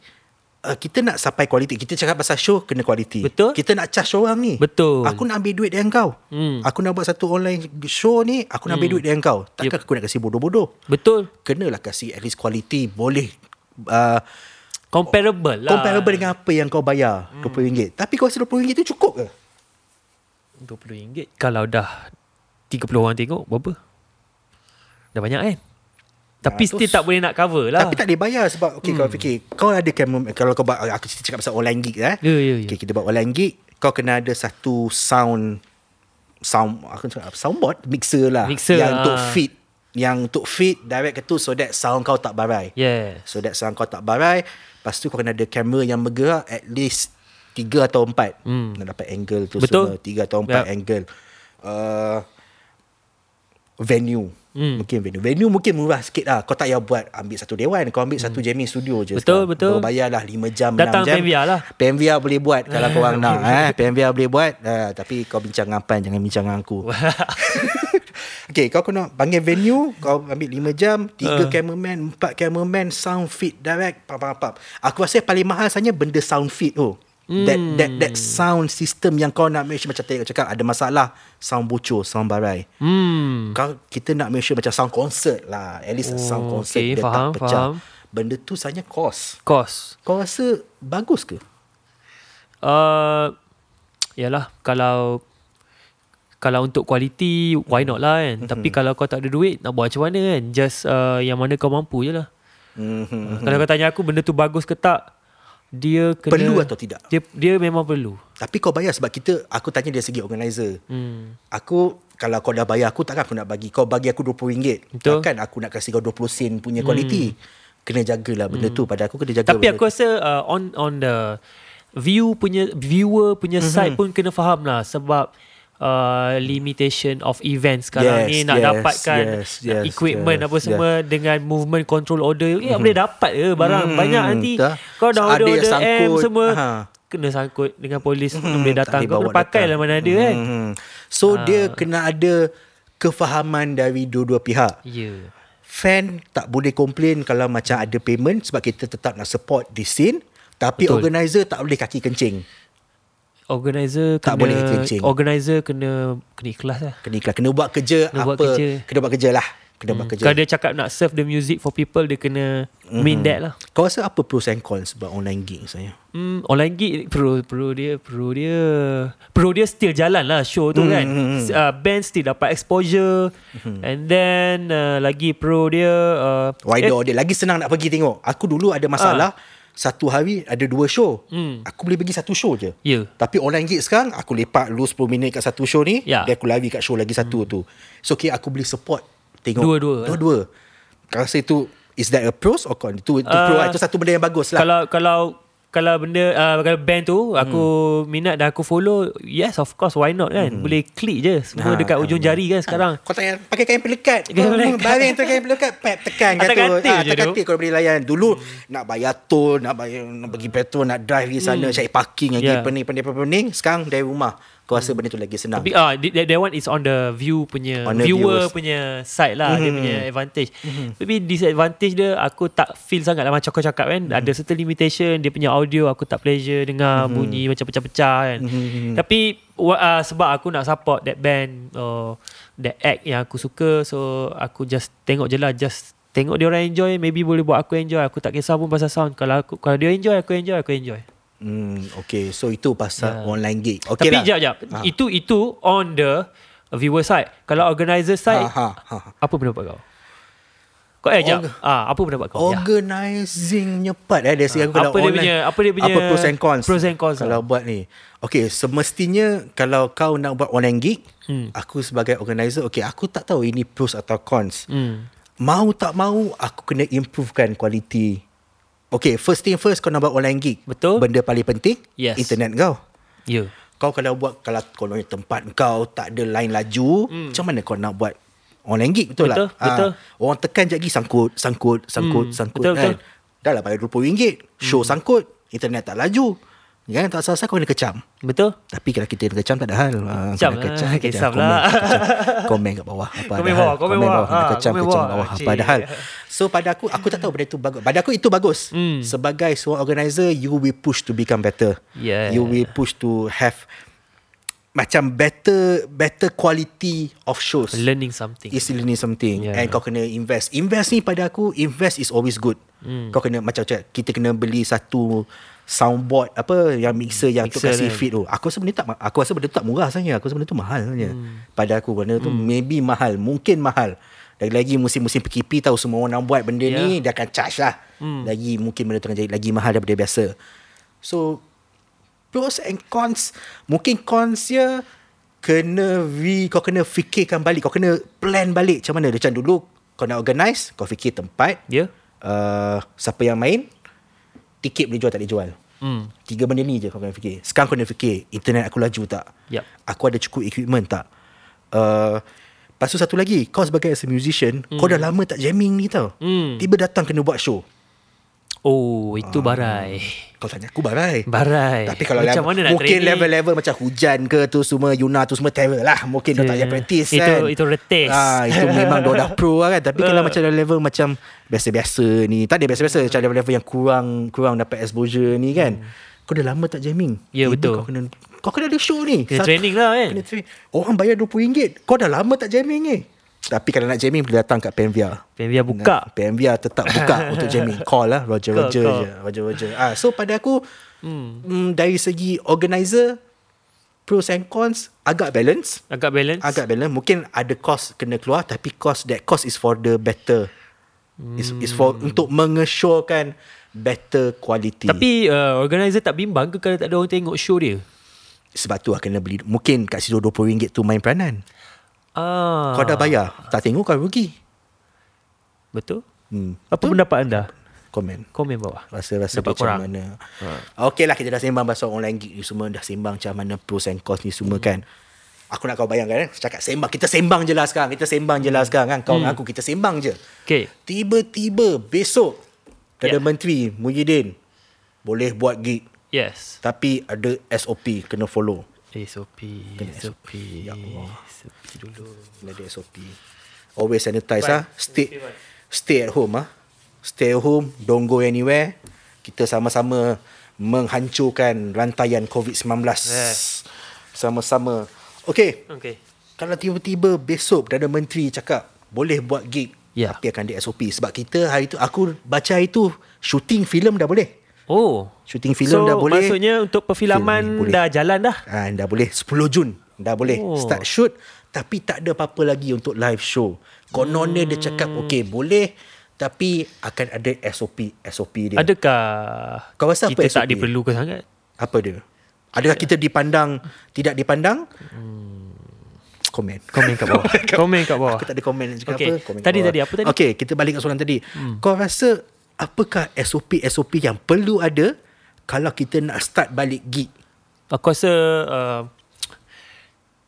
S2: uh, Kita nak sampai kualiti Kita cakap pasal show Kena kualiti
S1: Betul.
S2: Kita nak charge orang ni
S1: Betul.
S2: Aku nak ambil duit dengan kau
S1: Hmm.
S2: Aku nak buat satu online show ni Aku nak ambil duit dengan kau Takkan aku nak kasi bodoh-bodoh
S1: Betul.
S2: Kenalah kasi at least kualiti Boleh
S1: Lah.
S2: uh,
S1: Comparable lah.
S2: Comparable dengan apa yang kau bayar
S1: Hmm.
S2: RM20 Tapi kau rasa RM20 tu cukup ke?
S1: RM20 kalau dah 30 orang tengok berapa? Dah banyak kan? Tapi
S2: Ratus.
S1: still tak boleh nak cover lah.
S2: Lah. Tapi tak boleh bayar sebab okay, hmm. kau fikir kau ada camera kalau kau buat aku cakap pasal online gig eh.
S1: Ya, ya, ya.
S2: Okay, kita buat online gig, kau kena ada satu sound sound aku cakap apa? soundboard mixer lah
S1: Mixer,
S2: yang untuk
S1: ah.
S2: feed yang untuk feed direct ke tu so that sound kau tak barai.
S1: Yeah.
S2: So that sound kau tak barai, lepas tu kau kena ada kamera yang bergerak at least tiga atau empat hmm. nak dapat angle tu
S1: Betul. Ya.
S2: semua tiga atau empat
S1: Yep.
S2: angle. Uh, venue.
S1: Hmm.
S2: Mungkin venue. Venue mungkin murah sikit lah. Kau tak payah buat ambil satu dewan. Kau ambil satu jamming studio je.
S1: Hmm. Betul, betul.
S2: Kau bayar lah 5 jam,
S1: Datang
S2: 6 jam.
S1: PMVR lah.
S2: PMVR boleh buat kalau kau orang nak. Eh. PMVR boleh buat. Ah, tapi kau bincang dengan Pan. Jangan bincang dengan aku. okay, kau kena panggil venue. Kau ambil 5 jam. 3 uh. cameraman, 4 cameraman, sound fit direct. Pap, pap, pap. Aku rasa yang paling mahal sebenarnya benda sound fit tu.
S1: Hmm.
S2: That that that sound system yang kau nak make sure macam tadi kau cakap ada masalah sound bocor, sound barai
S1: Hmm.
S2: kau kita nak make sure macam sound concert lah at least oh, sound
S1: Oh,
S2: concert
S1: okay,
S2: dia
S1: faham,
S2: tak pecah
S1: faham.
S2: benda tu sebenarnya cost
S1: Cost.
S2: kau rasa bagus ke
S1: Uh, yalah kalau kalau untuk kualiti why not lah kan.
S2: Mhm.
S1: Tapi kalau kau tak ada duit nak buat macam mana kan? Just uh, yang mana kau mampu je lah. Uh,
S2: mm-hmm.
S1: kalau kau tanya aku benda tu bagus ke tak? Dia kena
S2: Perlu atau tidak?
S1: Dia dia memang perlu.
S2: tapi kau bayar sebab kita aku tanya dari segi organizer
S1: Hmm.
S2: aku kalau kau dah bayar aku takkan aku nak bagi kau bagi aku RM20
S1: Betul. Hmm.
S2: takkan aku nak kasi kau 20 sen punya kualiti kena jagalah benda tu pada aku kena jaga
S1: Tapi
S2: benda
S1: aku rasa uh, on on the view punya viewer punya
S2: Mhm.
S1: mm-hmm. side pun kena faham lah sebab uh, limitation of events sekarang
S2: Yes,
S1: ni nak
S2: yes,
S1: dapatkan
S2: yes, yes,
S1: equipment
S2: yes,
S1: apa
S2: yes. Mhm.
S1: semua dengan movement control order ya mm-hmm. boleh dapat ke barang
S2: Hmm,
S1: mm, banyak nanti
S2: betul.
S1: kau dah
S2: Ada yang
S1: order order M
S2: sangkut.
S1: semua
S2: Ha.
S1: ha. kena sangkut dengan polis hmm, boleh
S2: tak
S1: datang
S2: boleh
S1: kau
S2: bawa
S1: kena pakai
S2: datang.
S1: lah mana ada kan
S2: Hmm. So dia kena ada kefahaman dari dua-dua pihak.
S1: ya
S2: Fan tak boleh komplain kalau macam ada payment sebab kita tetap nak support the scene tapi
S1: Betul.
S2: organizer tak boleh kaki kencing.
S1: organizer
S2: Tak
S1: kena
S2: boleh kencing.
S1: organizer kena kena ikhlas lah
S2: Kena ikhlas, kena buat kerja
S1: Kena
S2: apa?
S1: buat kerja. Hmm.
S2: Kena buat kerja lah. Kena buat kerja. Mhm.
S1: kalau dia cakap nak serve the music for people dia kena mean that lah
S2: Kau rasa apa pros and cons sebab online eh? gig saya?
S1: Hmm, online gig pro pro dia pro dia pro dia still jalan lah show tu mm, kan. Mm, uh, band still dapat exposure mm. and then uh, lagi pro dia uh,
S2: Wide eh. dia lagi senang nak pergi tengok. Aku dulu ada masalah
S1: Ah.
S2: satu hari ada dua show. Aku boleh pergi satu show je.
S1: Hmm. Ya.
S2: Tapi online gig sekarang aku lepak dulu 10 minit kat satu show ni,
S1: Ya. Hmm.
S2: dia aku lari kat show lagi satu tu. So okay aku boleh support tengok
S1: Dua-dua, eh.
S2: Dua-dua. Kau rasa itu is that a pros or con? Itu itu
S1: Ah,
S2: pro lah. itu satu benda yang bagus lah.
S1: kalau kalau kalau benda uh, kalau band tu aku minat dan aku follow yes of course why not kan boleh klik je semua
S2: Ha,
S1: dekat ujung jari kan sekarang
S2: Kau tak payah pakai kain pelikat.
S1: Kain pelikat.
S2: Baring tu kain pelikat, pep tekan kat
S1: Atas
S2: tu.
S1: katil je
S2: atas
S1: tu.
S2: katil kau boleh layan. Dulu nak bayar tol, nak bayar nak pergi petrol, nak drive di sana,
S1: Hmm.
S2: cari parking lagi
S1: Yeah.
S2: pening pening pening, pening. Sekarang dari rumah. Kau rasa benda tu lagi senang.
S1: Hmm. Tapi ah, th- that, that one is on the view punya
S2: On the
S1: viewer
S2: viewers.
S1: punya side lah mm-hmm. dia punya advantage. Mm-hmm. Tapi disadvantage dia aku tak feel sangat lah macam kau cakap kan mm-hmm. ada certain limitation dia punya audio aku tak pleasure dengar mm-hmm. bunyi macam pecah-pecah kan. Mm-hmm. Tapi wa- ah, sebab aku nak support that band or that act yang aku suka so aku just tengok je lah just tengok dia orang enjoy maybe boleh buat aku enjoy aku tak kisah pun pasal sound kalau aku kalau dia enjoy aku enjoy aku enjoy.
S2: Hmm, okay. So itu pasal
S1: Yeah.
S2: online gig.
S1: Okay Ya.
S2: Okay
S1: Tapi
S2: lah.
S1: jap jap.
S2: Ha.
S1: Itu itu on the viewer side. Kalau organizer side
S2: Ha, ha, ha.
S1: apa pendapat kau? Kau eh jap.
S2: Orga-
S1: Ah apa pendapat kau? Ya.
S2: Organizing punya part eh dari segi aku
S1: Apa
S2: kalau
S1: dia
S2: online.
S1: punya- apa dia punya
S2: apa pros and cons
S1: pros and cons lah.
S2: kalau buat ni Okay semestinya kalau kau nak buat online gig hmm. aku sebagai organizer okay aku tak tahu ini pros atau cons
S1: Hmm.
S2: mau tak mau aku kena improvekan kualiti Okay first thing first kau nak buat online gig
S1: Betul.
S2: benda paling penting
S1: Yes.
S2: internet kau
S1: Ya.
S2: kau kalau buat kalau kalau tempat kau tak ada line laju mm. macam mana kau nak buat online gig betul,
S1: Hmm. Betul,
S2: tak Ah,
S1: betul.
S2: orang tekan je lagi sangkut sangkut sangkut
S1: Hmm,
S2: sangkut
S1: betul, Hmm.
S2: kan
S1: betul.
S2: dah lah bayar RM20 show sangkut internet tak laju kan tak selesai kau kena kecam
S1: Betul?
S2: tapi kalau kita kena kecam tak ada hal Ah,
S1: Kecam
S2: kena
S1: lah,
S2: kecam, kena
S1: kisah
S2: komen,
S1: pula.
S2: kecam. komen kat bawah apa
S1: Komen
S2: ada hal.
S1: bawah, komen bawah.
S2: kena
S1: Ha,
S2: kecam
S1: komen
S2: kecam
S1: bawah.
S2: bawah apa
S1: Cik.
S2: ada hal so pada aku aku tak tahu benda tu bagus pada aku itu bagus
S1: Hmm.
S2: sebagai seorang organizer you will push to become better
S1: Yeah.
S2: you will push to have macam better better quality of shows
S1: Learning something.
S2: is learning something yeah.
S1: Yeah.
S2: and kau kena invest invest ni pada aku invest is always good
S1: Hmm.
S2: mm. kau kena macam macam kita kena beli satu soundboard apa yang mixer yang tu
S1: Mixer
S2: kasi
S1: dia.
S2: fit tu aku rasa benda tak ma- aku rasa benda tu tak murah sebenarnya aku rasa benda tu mahal sebenarnya
S1: Hmm.
S2: pada aku benda tu maybe mahal mungkin mahal lagi-lagi musim-musim PKP tahu semua orang nak buat benda yeah. ni
S1: Ya.
S2: dia akan charge lah
S1: Hmm.
S2: lagi mungkin benda tu akan jadi lagi mahal daripada biasa so pros and cons mungkin cons dia kena re, kau kena fikirkan balik kau kena plan balik macam mana macam dulu kau nak organize kau fikir tempat
S1: Ya.
S2: uh, siapa yang main tiket boleh jual tak boleh jual
S1: Hmm.
S2: tiga benda ni je kau kena fikir sekarang kau kena fikir internet aku laju tak
S1: Yup.
S2: aku ada cukup equipment tak uh, lepas tu satu lagi kau sebagai as a musician mm. kau dah lama tak jamming ni tau
S1: Hmm.
S2: tiba datang kena buat show
S1: Oh,
S2: Ah.
S1: itu barai.
S2: kau tanya aku barai
S1: Barai.
S2: Tapi kalau
S1: macam
S2: level,
S1: mana nak
S2: mungkin
S1: training?
S2: level-level macam hujan ke tu semua Yuna tu semua terror lah. Mungkin dia tak
S1: Yeah.
S2: payah practice
S1: Ya. Itu-
S2: kan.
S1: itu retis.
S2: Ah, itu memang dia dah pro lah kan. Tapi kalau macam level macam biasa-biasa ni. Tak ada biasa-biasa macam level-level yang kurang kurang dapat exposure ni kan. Kau dah lama tak jamming.
S1: Hmm. Ya,
S2: Tiba
S1: betul.
S2: Kau kena kau kena ada show ni.
S1: Kena
S2: Sat-
S1: training lah kan.
S2: Kena training. Orang bayar RM20. Kau dah lama tak jamming ni. Tapi kalau nak jamming boleh datang kat PMVR.
S1: PMVR buka.
S2: Nah, PMVR lah, tetap buka untuk jamming. Call lah Roger
S1: Call,
S2: Roger
S1: call.
S2: je. Roger Roger. Ah, so pada aku hmm. mm, dari segi organizer pros and cons agak balance.
S1: Agak balance.
S2: Agak balance. Mungkin ada cost kena keluar tapi cost that cost is for the better. Hmm. Is is for untuk mengesyorkan better quality.
S1: Tapi uh, organizer tak bimbang ke kalau tak ada orang tengok show dia?
S2: sebab tu lah kena beli mungkin kat situ RM20 tu main peranan.
S1: Ah.
S2: Kau dah bayar, tak tengok kau rugi.
S1: Betul?
S2: Hmm.
S1: Apa pendapat anda?
S2: Komen.
S1: Komen bawah.
S2: Rasa-rasa
S1: Pendapat
S2: dia macam
S1: korang.
S2: mana Okay lah kita dah sembang Pasal online gig ni semua Dah sembang macam mana Pros and cons ni semua kan Aku nak kau bayangkan eh? Cakap sembang Kita sembang je lah sekarang Kita sembang je lah sekarang kan Kau hmm. aku kita sembang je
S1: Okay.
S2: Tiba-tiba besok
S1: Ya.
S2: Ada menteri Muhyiddin Boleh buat gig
S1: Yes.
S2: Tapi ada SOP kena follow.
S1: SOP, SOP. Ya Allah. SOP dulu.
S2: Kena ada SOP. Always sanitize ah. Stay
S1: Okay, bye.
S2: stay at home ah. Stay at home, don't go anywhere. Kita sama-sama menghancurkan rantaian COVID-19.
S1: Yes.
S2: Sama-sama. Okay,
S1: Okay.
S2: kalau tiba-tiba besok Perdana Menteri cakap boleh buat gig,
S1: Ya.
S2: tapi akan di SOP. Sebab kita hari tu, aku baca hari tu, shooting filem dah boleh.
S1: Oh.
S2: Shooting filem
S1: so,
S2: dah boleh.
S1: maksudnya untuk
S2: Filem
S1: perfilman
S2: boleh.
S1: dah jalan dah.
S2: Ah, dah boleh 10 Jun dah boleh oh.
S1: Oh.
S2: start shoot tapi tak ada apa-apa lagi untuk live show. Kononnya hmm. dia cakap okey boleh tapi akan ada SOP SOP dia. Ada.
S1: Adakah
S2: Ya. Kau rasa apa
S1: kita tak
S2: SOP?
S1: diperlukan sangat?
S2: Apa dia? Adakah kita dipandang tidak dipandang? Hmm. Komen.
S1: Komen kat bawah. Komen kat bawah.
S2: Aku tak ada komen nak cakap
S1: Okey.
S2: apa. Komen
S1: Tadi
S2: kat
S1: tadi
S2: bawah.
S1: apa tadi?
S2: Okey, kita balik ke soalan tadi. Hmm. Kau rasa apakah SOP SOP yang perlu ada kalau kita nak start balik gig?
S1: Aku rasa uh,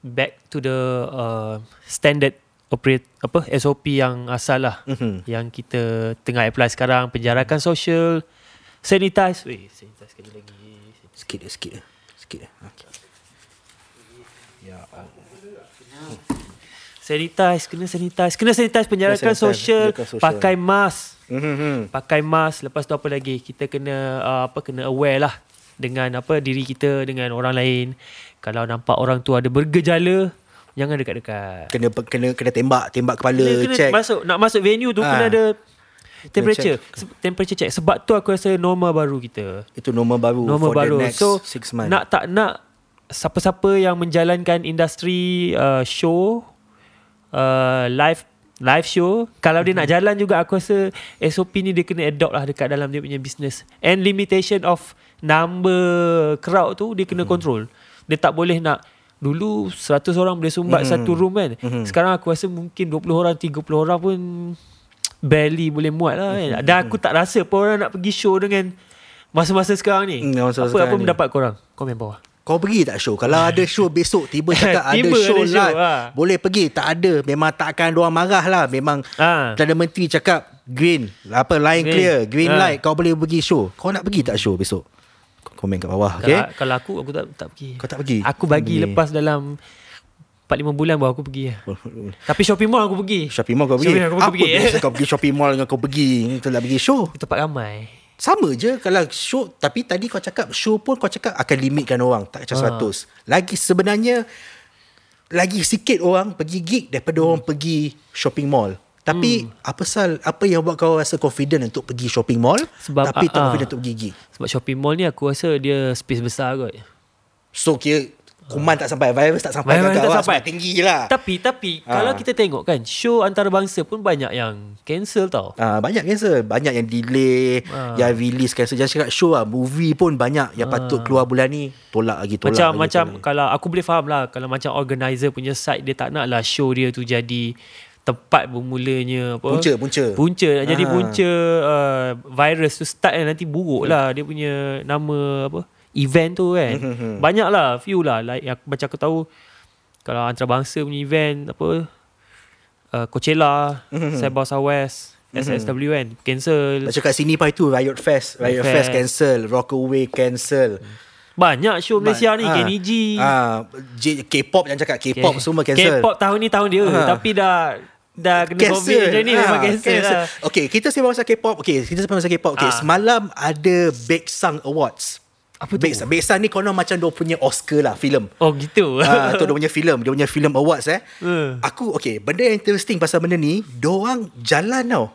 S1: back to the uh, standard operate apa SOP yang asal lah mm-hmm.
S2: Mhm.
S1: yang kita tengah apply sekarang penjarakan sosial sanitize weh sanitize sekali lagi
S2: Sikit dia, sikit dia. Sikit dia. Okay. Ya Allah.
S1: sanitize kena sanitize kena sanitize penjarakan
S2: sanitize,
S1: sosial,
S2: penjarakan sosial.
S1: pakai mask
S2: Mm-hmm.
S1: pakai mask lepas tu apa lagi kita kena uh, apa kena aware lah dengan apa diri kita dengan orang lain kalau nampak orang tu ada bergejala jangan dekat-dekat
S2: Kena kena kena tembak, tembak kepala,
S1: kena, kena
S2: check.
S1: masuk nak masuk venue tu
S2: Ah.
S1: ha. kena ada temperature Se- temperature check sebab tu aku rasa norma baru kita
S2: Itu normal baru
S1: norma
S2: for
S1: baru
S2: the next
S1: so
S2: six months.
S1: nak tak nak siapa-siapa yang menjalankan industri uh, show uh, live live show kalau dia
S2: Mhm.
S1: nak jalan juga aku rasa SOP ni dia kena adopt lah dekat dalam dia punya business and limitation of number crowd tu dia kena
S2: Mhm.
S1: control dia tak boleh nak dulu 100 orang boleh sumbat
S2: Mhm.
S1: satu room kan sekarang aku rasa mungkin 20 orang 30 orang pun barely boleh muat lah kan
S2: Mhm.
S1: dan aku tak rasa pun orang nak pergi show dengan masa-masa sekarang ni
S2: Hmm,
S1: apa
S2: masa-masa
S1: apa
S2: sekarang ni.
S1: pendapat korang komen bawah
S2: Kau pergi tak show? Kalau ada show besok tiba cakap ada
S1: Tiba ada show,
S2: show live.
S1: ah.
S2: Boleh pergi. Tak ada. Memang takkan orang marah lah. Memang
S1: Ah.
S2: Perdana Menteri cakap green, apa line
S1: Green.
S2: clear, green
S1: Ah.
S2: light. Kau boleh pergi show. Kau nak pergi tak show besok? Kau komen kat bawah. Okay?
S1: Kalau, kalau aku aku tak tak pergi.
S2: Kau tak pergi?
S1: Aku bagi
S2: Boleh.
S1: lepas dalam 4 5 bulan baru aku pergi. ya. Tapi shopping mall aku pergi.
S2: Shopping mall kau pergi.
S1: Shopping mall aku
S2: Apa
S1: pergi.
S2: biasa kau pergi shopping mall dengan kau pergi. Kau nak pergi show.
S1: Tempat ramai.
S2: Sama je kalau show tapi tadi kau cakap show pun kau cakap akan limitkan orang
S1: Ah.
S2: tak macam 100. Lagi sebenarnya lagi sikit orang pergi gig daripada orang
S1: Hmm.
S2: pergi shopping mall. Tapi apa sal apa yang buat kau rasa confident untuk pergi shopping mall
S1: Sebab,
S2: tapi tak
S1: ah, ah.
S2: confident untuk pergi gig.
S1: Sebab shopping mall ni aku rasa dia space besar kot.
S2: So kira kuman tak sampai virus tak sampai
S1: Virus
S2: kat
S1: tak
S2: kau lah,
S1: sampai.
S2: sebab tinggi lah.
S1: Tapi tapi
S2: Ah.
S1: kalau kita tengok kan show antarabangsa pun banyak yang cancel tau.
S2: Ah banyak cancel Banyak yang delay
S1: Ah.
S2: Yang release cancel Jangan cakap show lah Movie pun banyak Yang patut keluar bulan ni Tolak lagi tolak
S1: macam
S2: lagi,
S1: macam
S2: tolak.
S1: kalau aku boleh faham lah kalau macam organizer punya side dia tak nak lah show dia tu jadi tempat bermulanya apa
S2: Punca, punca.
S1: punca nak jadi
S2: Ah.
S1: punca uh, virus tu start kan nanti buruk lah dia punya nama apa event tu kan
S2: Mm-hmm.
S1: banyak lah few lah like aku, macam aku tahu kalau antarabangsa punya event apa uh, Coachella
S2: Mm-hmm.
S1: Sabah Southwest SSWN cancel
S2: Nak cakap sini pa itu Riot Fest Riot
S1: Riot
S2: Fest
S1: Fest.
S2: cancel Rockaway cancel
S1: banyak show Malaysia ni
S2: Ah,
S1: Kenny G
S2: ah, J- K-pop yang cakap K-pop
S1: K-
S2: semua cancel
S1: K-pop tahun ni tahun dia
S2: Ha.
S1: Tapi dah Dah kena cancel. COVID macam ni
S2: Ah,
S1: Memang cancel, lah
S2: Okay kita sembang pasal K-pop Okay kita sembang pasal K-pop Okay
S1: Ah.
S2: semalam ada Baeksang Awards
S1: Apa tu?
S2: Baeksang, Baeksang ni konon macam dia punya Oscar lah filem
S1: Oh gitu
S2: Ah, tu dia punya filem, dia punya filem awards eh.
S1: Hmm.
S2: Aku okay, benda yang interesting pasal benda ni, diorang jalan tau.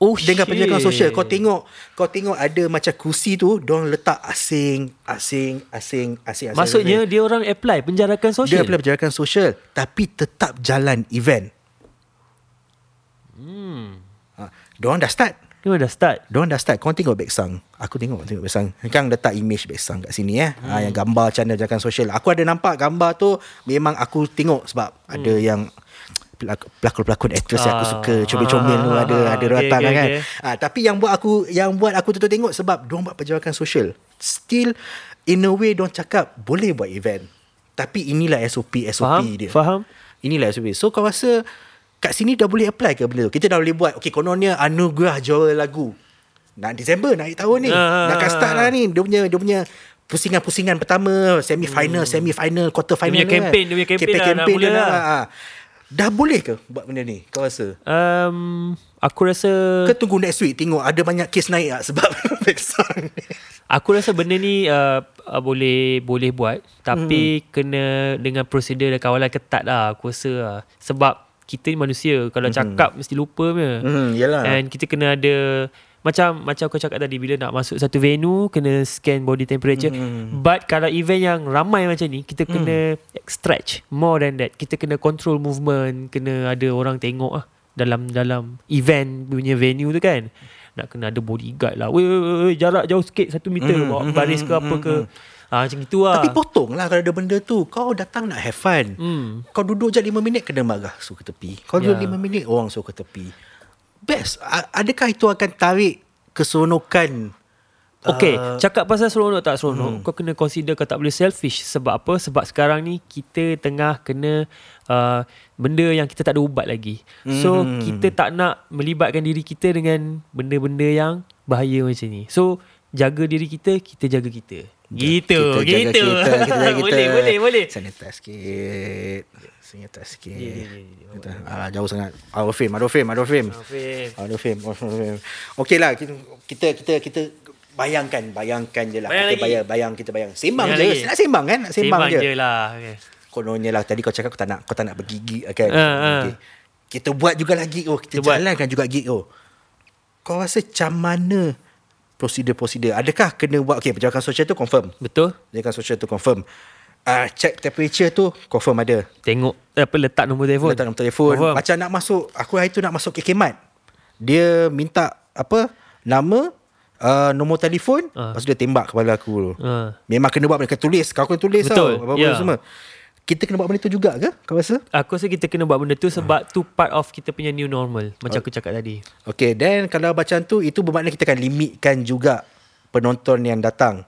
S1: Oh,
S2: dengan
S1: shit.
S2: penjagaan sosial kau tengok kau tengok ada macam kursi tu diorang letak asing asing asing asing asing
S1: Maksudnya dia orang apply Penjarakan
S2: asing.
S1: sosial
S2: dia boleh penjarakan sosial tapi tetap jalan event hmm ha, diorang dah start
S1: Dia dah start
S2: Diorang dah start Korang tengok Beksang Aku tengok tengok Beksang Kang letak image Beksang kat sini eh hmm. ha, Yang gambar channel Jakan Sosial Aku ada nampak gambar tu Memang aku tengok Sebab hmm. ada yang pelak- pelakon-pelakon aktres yang aku
S1: Ah.
S2: suka comel-comel tu
S1: Ah.
S2: ada ada
S1: Okay,
S2: rata
S1: okay,
S2: kan
S1: okay.
S2: Ah, tapi yang buat aku yang buat aku tu tengok sebab diorang buat penjarakan sosial still in a way diorang cakap boleh buat event tapi inilah SOP SOP
S1: Faham?
S2: dia
S1: Faham?
S2: Inilah SOP. So kau rasa kat sini dah boleh apply ke benda tu? Kita dah boleh buat. Okey, kononnya anugerah juara lagu. Nak Disember, nak akhir tahun ni.
S1: Ah.
S2: Nak kat start lah ni. Dia punya dia punya pusingan-pusingan pertama, semi final, hmm. semi final, quarter final
S1: punya
S2: ni kan.
S1: campaign, dia punya campaign dah- dah
S2: campaign
S1: mula
S2: dia
S1: lah.
S2: dah,
S1: dah.
S2: ah. Dah boleh ke buat benda ni? Kau rasa?
S1: Um, aku rasa
S2: Ke tunggu next week tengok ada banyak kes naik tak sebab Pixar ni.
S1: aku rasa benda ni uh, uh, boleh boleh buat tapi hmm. kena dengan prosedur dan kawalan ketat lah aku rasa lah. sebab kita ni manusia kalau cakap mesti lupa punya.
S2: Hmm, yalah.
S1: And kita kena ada macam macam kau cakap tadi bila nak masuk satu venue kena scan body temperature. Mm. But kalau event yang ramai macam ni kita kena stretch more than that. Kita kena control movement, kena ada orang tengok ah dalam dalam event punya venue tu kan. Nak kena ada bodyguard lah. Weh, weh, weh, weh, jarak jauh sikit satu meter mm. bawa baris ke apa ke. Ah macam gitu lah.
S2: Tapi potong lah kalau ada benda tu. Kau datang nak have fun.
S1: Hmm.
S2: Kau duduk je 5 minit kena marah suruh ke tepi. Kau duduk
S1: Ya.
S2: yeah. 5 minit orang suruh ke tepi. Best. A- adakah itu akan tarik keseronokan?
S1: Okay, uh, cakap pasal seronok tak seronok, hmm. kau kena consider kau tak boleh selfish. Sebab apa? Sebab sekarang ni kita tengah kena uh, benda yang kita tak ada ubat lagi. So, kita tak nak melibatkan diri kita dengan benda-benda yang bahaya macam ni. So, jaga diri kita, kita jaga kita. Gitu,
S2: jaga
S1: gitu.
S2: Kita, kita, jaga kita.
S1: boleh, boleh, boleh.
S2: Sanitize sikit. Sanitize sikit.
S1: Ya, ya, ya,
S2: Alah, jauh sangat. Out of fame, out of fame, out of fame.
S1: Hafiz.
S2: Out of fame, out of fame. Okay lah, kita, kita, kita, kita bayangkan, bayangkan je lah.
S1: Bayang
S2: kita
S1: lagi.
S2: bayang, bayang, kita bayang. Sembang
S1: Bayang
S2: je.
S1: lagi.
S2: Nak sembang kan? Nak sembang,
S1: Sembang
S2: je.
S1: je lah. Okay.
S2: kononnya lah tadi kau cakap kau tak nak kau tak nak bergigi kan.
S1: Ha, ha.
S2: Okay. Kita buat juga lagi oh kita,
S1: Kita buat.
S2: jalankan juga gig oh. Kau rasa macam mana prosedur-prosedur? Adakah kena buat okey penjagaan sosial tu confirm.
S1: Betul?
S2: Penjagaan sosial tu confirm. Ah uh, check temperature tu confirm ada.
S1: Tengok apa letak nombor telefon.
S2: Letak nombor telefon.
S1: Confirm.
S2: Macam nak masuk aku hari tu nak masuk KK Mart. Dia minta apa nama Uh, nombor telefon
S1: Ah.
S2: uh. Lepas tu dia tembak kepala aku tu
S1: Ah.
S2: Memang kena buat Mereka tulis Kau kena tulis
S1: Betul,
S2: tau Apa-apa
S1: ya.
S2: semua Kita kena buat benda tu juga ke Kau rasa?
S1: Aku rasa kita kena buat benda tu sebab tu part of kita punya new normal. Macam aku cakap tadi.
S2: Okay, then kalau macam tu, itu bermakna kita akan limitkan juga penonton yang datang.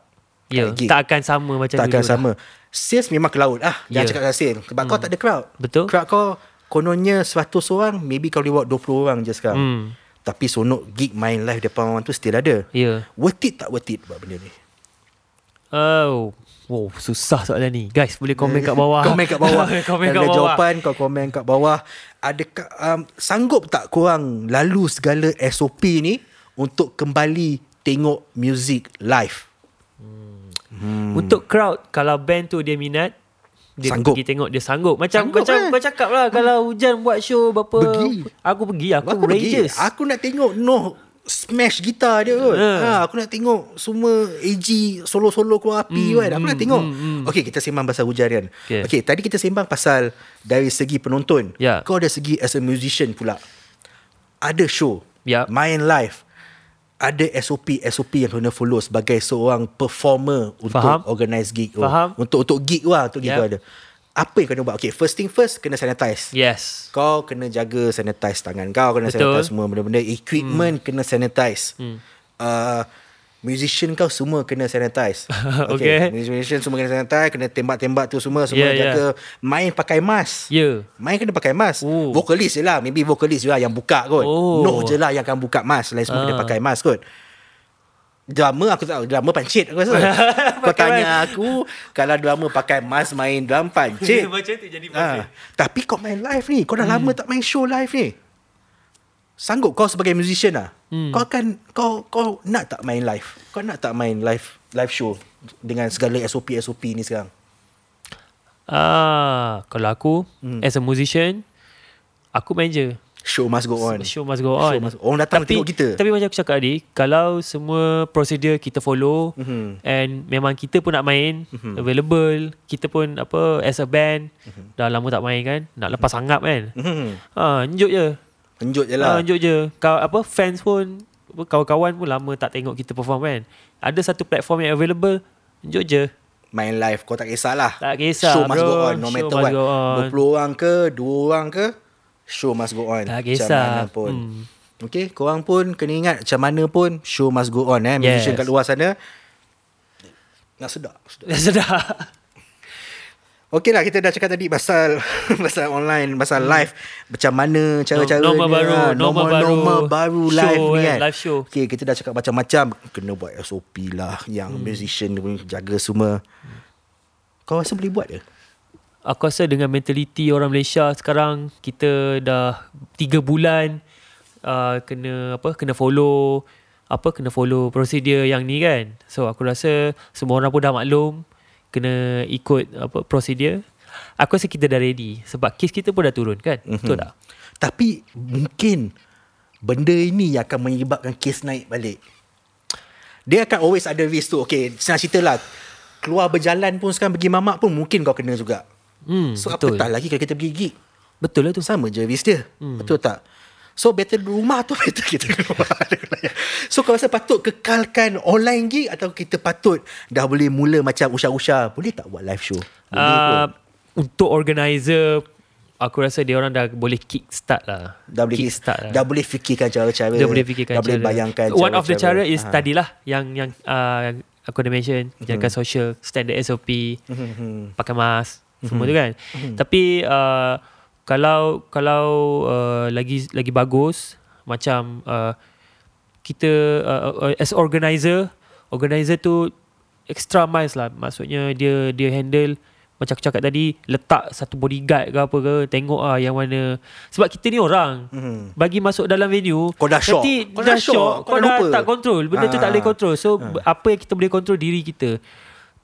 S1: Ya,
S2: Kat gig.
S1: tak akan sama macam
S2: tak akan
S1: dulu lah.
S2: sama. Sales memang ke laut lah. Jangan
S1: Ya.
S2: cakap pasal sales. Sebab kau tak ada crowd.
S1: Betul.
S2: Crowd kau kononnya 100 orang, maybe kau boleh buat 20 orang je sekarang.
S1: Hmm.
S2: Tapi sonok gig main live depan orang tu still ada.
S1: Ya.
S2: Worth it tak worth it buat benda ni?
S1: Oh. Wow, susah soalan ni. Guys, boleh komen kat bawah.
S2: Komen kat bawah.
S1: komen kat
S2: Kalau ada
S1: bawah.
S2: jawapan, kau komen kat bawah. Adakah, um, sanggup tak korang lalu segala SOP ni untuk kembali tengok music live?
S1: Hmm. Untuk crowd, kalau band tu dia minat, dia
S2: Sanggup.
S1: pergi tengok dia sanggup. Macam
S2: Sanggup,
S1: macam
S2: eh?
S1: kau cakap lah kalau hujan buat show berapa
S2: Pergi.
S1: aku pergi aku,
S2: Aku pergi
S1: rages.
S2: Aku nak tengok Noh Smash gitar dia kot
S1: Ha.
S2: ha, Aku nak tengok Semua AG Solo-solo keluar api
S1: Hmm,
S2: kan Aku nak tengok Okay kita sembang pasal hujan kan okay.
S1: Okay.
S2: okay tadi kita sembang pasal Dari segi penonton
S1: Ya.
S2: Kau dari segi as a musician pula Ada show
S1: Ya.
S2: Main live ada SOP SOP yang kena follow sebagai seorang performer untuk
S1: Faham.
S2: organize gig tu.
S1: Faham.
S2: untuk untuk gig lah untuk gig
S1: Ya.
S2: tu ada apa yang kena buat okay first thing first kena sanitize
S1: Yes.
S2: kau kena jaga sanitize tangan kau kena
S1: Betul.
S2: sanitize semua benda-benda equipment hmm. kena sanitize hmm. uh, musician kau semua kena sanitize
S1: Okay.
S2: musician semua kena sanitize kena tembak-tembak tu semua semua
S1: Yeah, yeah.
S2: jaga main pakai mask
S1: Ya.
S2: Main kena pakai mask
S1: Oh.
S2: Vokalis je lah Maybe vokalis je lah Yang buka kot
S1: Oh.
S2: Noh je lah yang akan buka mask Lain semua
S1: Ah.
S2: kena pakai mask kot Drama aku tak tahu Drama pancit aku rasa Kau
S1: Pakai
S2: tanya aku Kalau drama pakai mask Main drum pancit
S1: Macam tu jadi
S2: Ah, tapi kau main live ni. Kau dah hmm. lama tak main show live ni. Sanggup kau sebagai musician lah. Hmm. Kau akan kau kau nak tak main live? Kau nak tak main live live show dengan segala SOP SOP ni sekarang?
S1: Ah, kalau aku
S2: Hmm.
S1: as a musician aku main je.
S2: Show must go on.
S1: Show must go on.
S2: Show must- orang datang
S1: tapi,
S2: tengok kita.
S1: Tapi macam aku cakap tadi, kalau semua prosedur kita follow
S2: Mhm.
S1: mm-hmm. and memang kita pun nak main, mm-hmm. available, kita pun apa as a band
S2: Mhm.
S1: mm-hmm. dah lama tak main kan, nak lepas hanggap kan.
S2: Hmm.
S1: Ha, enjuk je.
S2: Henjuk je
S1: Ha,
S2: lah.
S1: enjuk je. Kau apa fans pun apa, kawan-kawan pun lama tak tengok kita perform kan. Ada satu platform yang available, enjuk je.
S2: main live kau tak kisahlah.
S1: Tak kisah,
S2: Show
S1: bro.
S2: must go on
S1: Show
S2: no matter
S1: must
S2: what.
S1: go on.
S2: 20 orang ke, 2 orang ke, show must go on.
S1: Tak
S2: Macam
S1: kisah.
S2: mana pun. Hmm.
S1: Hmm.
S2: Okay, korang pun kena ingat macam mana pun show must go on eh. Musician
S1: Yes.
S2: kat luar sana nak sedap. sedap.
S1: Sedap.
S2: Okey lah kita dah cakap tadi pasal pasal online, pasal hmm. live macam mana cara-cara
S1: No- norma
S2: dia,
S1: baru,
S2: ah,
S1: norma
S2: norma,
S1: baru.
S2: norma baru
S1: Show,
S2: live ni
S1: eh,
S2: kan.
S1: live show.
S2: Okey kita dah cakap macam-macam kena buat SOP lah yang hmm. musician dia pun jaga semua. Kau rasa boleh buat ke?
S1: Aku rasa dengan mentaliti orang Malaysia sekarang kita dah 3 bulan uh, kena apa kena follow apa kena follow prosedur yang ni kan. So aku rasa semua orang pun dah maklum kena ikut apa prosedur. Aku rasa kita dah ready sebab kes kita pun dah turun kan.
S2: Mhm.
S1: Mm-hmm. Betul tak?
S2: Tapi mungkin benda ini yang akan menyebabkan kes naik balik. Dia akan always ada risk tu. Okay, senang cerita lah. Keluar berjalan pun sekarang pergi mamak pun mungkin kau kena juga.
S1: Hmm,
S2: So
S1: betul.
S2: apatah lagi kalau kita pergi gig.
S1: Betul lah tu.
S2: Tu sama je risk dia. Hmm. Betul tak? So better rumah tu better kita keluar. so kau rasa patut kekalkan online gig atau kita patut dah boleh mula macam usha-usha. Boleh tak buat live show? Boleh
S1: Uh,
S2: kot.
S1: untuk organizer aku rasa dia orang dah boleh kick start lah.
S2: Dah boleh
S1: kickstart lah.
S2: dah boleh fikirkan cara-cara.
S1: dia boleh fikirkan
S2: Dah boleh
S1: cara.
S2: bayangkan
S1: one of the cara
S2: cara-cara.
S1: is
S2: Ah.
S1: tadi lah yang yang uh, aku dah mention
S2: Mhm.
S1: jaga social standard SOP pakai mask
S2: Mhm.
S1: semua tu kan tapi uh, kalau kalau uh, lagi lagi bagus macam uh, kita uh, uh, as organizer organizer tu extra miles lah maksudnya dia dia handle macam aku cakap tadi letak satu bodyguard ke apa ke tengok ah yang mana sebab kita ni orang
S2: Mhm.
S1: bagi masuk dalam venue
S2: Kau dah shock.
S1: nanti kau dah shock kau, dah
S2: lupa.
S1: tak kontrol benda tu
S2: Ah.
S1: tak boleh kontrol so apa yang kita boleh kontrol diri kita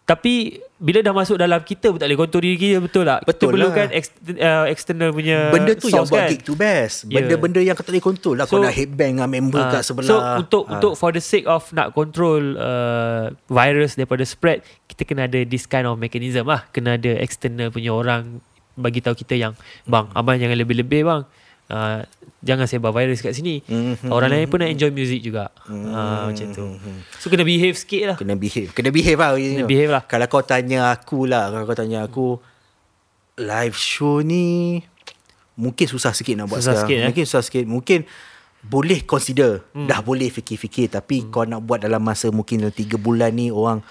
S1: tapi bila dah masuk dalam kita pun tak boleh kontrol diri kita betul tak
S2: Betul
S1: kita
S2: lah.
S1: perlukan ex- uh, external punya
S2: Ah. Benda tu yang
S1: source
S2: buat
S1: kan?
S2: gig tu best.
S1: Yeah.
S2: Benda-benda yang kau tak boleh kontrol lah. kau
S1: So-
S2: nak headbang dengan member
S1: Ah,
S2: kat sebelah.
S1: So untuk
S2: Ah.
S1: untuk for the sake of nak control uh, virus daripada spread, kita kena ada this kind of mechanism lah. Kena ada external punya orang bagi tahu kita yang bang,
S2: Hmm.
S1: abang jangan lebih-lebih bang. Uh, jangan sebar virus kat sini.
S2: Mhm.
S1: Orang lain pun nak enjoy music juga. Uh, macam tu. So kena behave sikit lah.
S2: Hmm. Kena behave. Kena behave lah. Kena
S1: behave lah.
S2: Kalau kau tanya aku lah. Kalau kau tanya aku. Live show ni. Mungkin susah sikit nak buat
S1: Susah
S2: sekarang.
S1: sikit, eh? Hmm.
S2: Mungkin susah sikit. Mungkin boleh consider. Dah boleh fikir-fikir. Tapi kau nak buat dalam masa mungkin dalam 3 bulan ni. Orang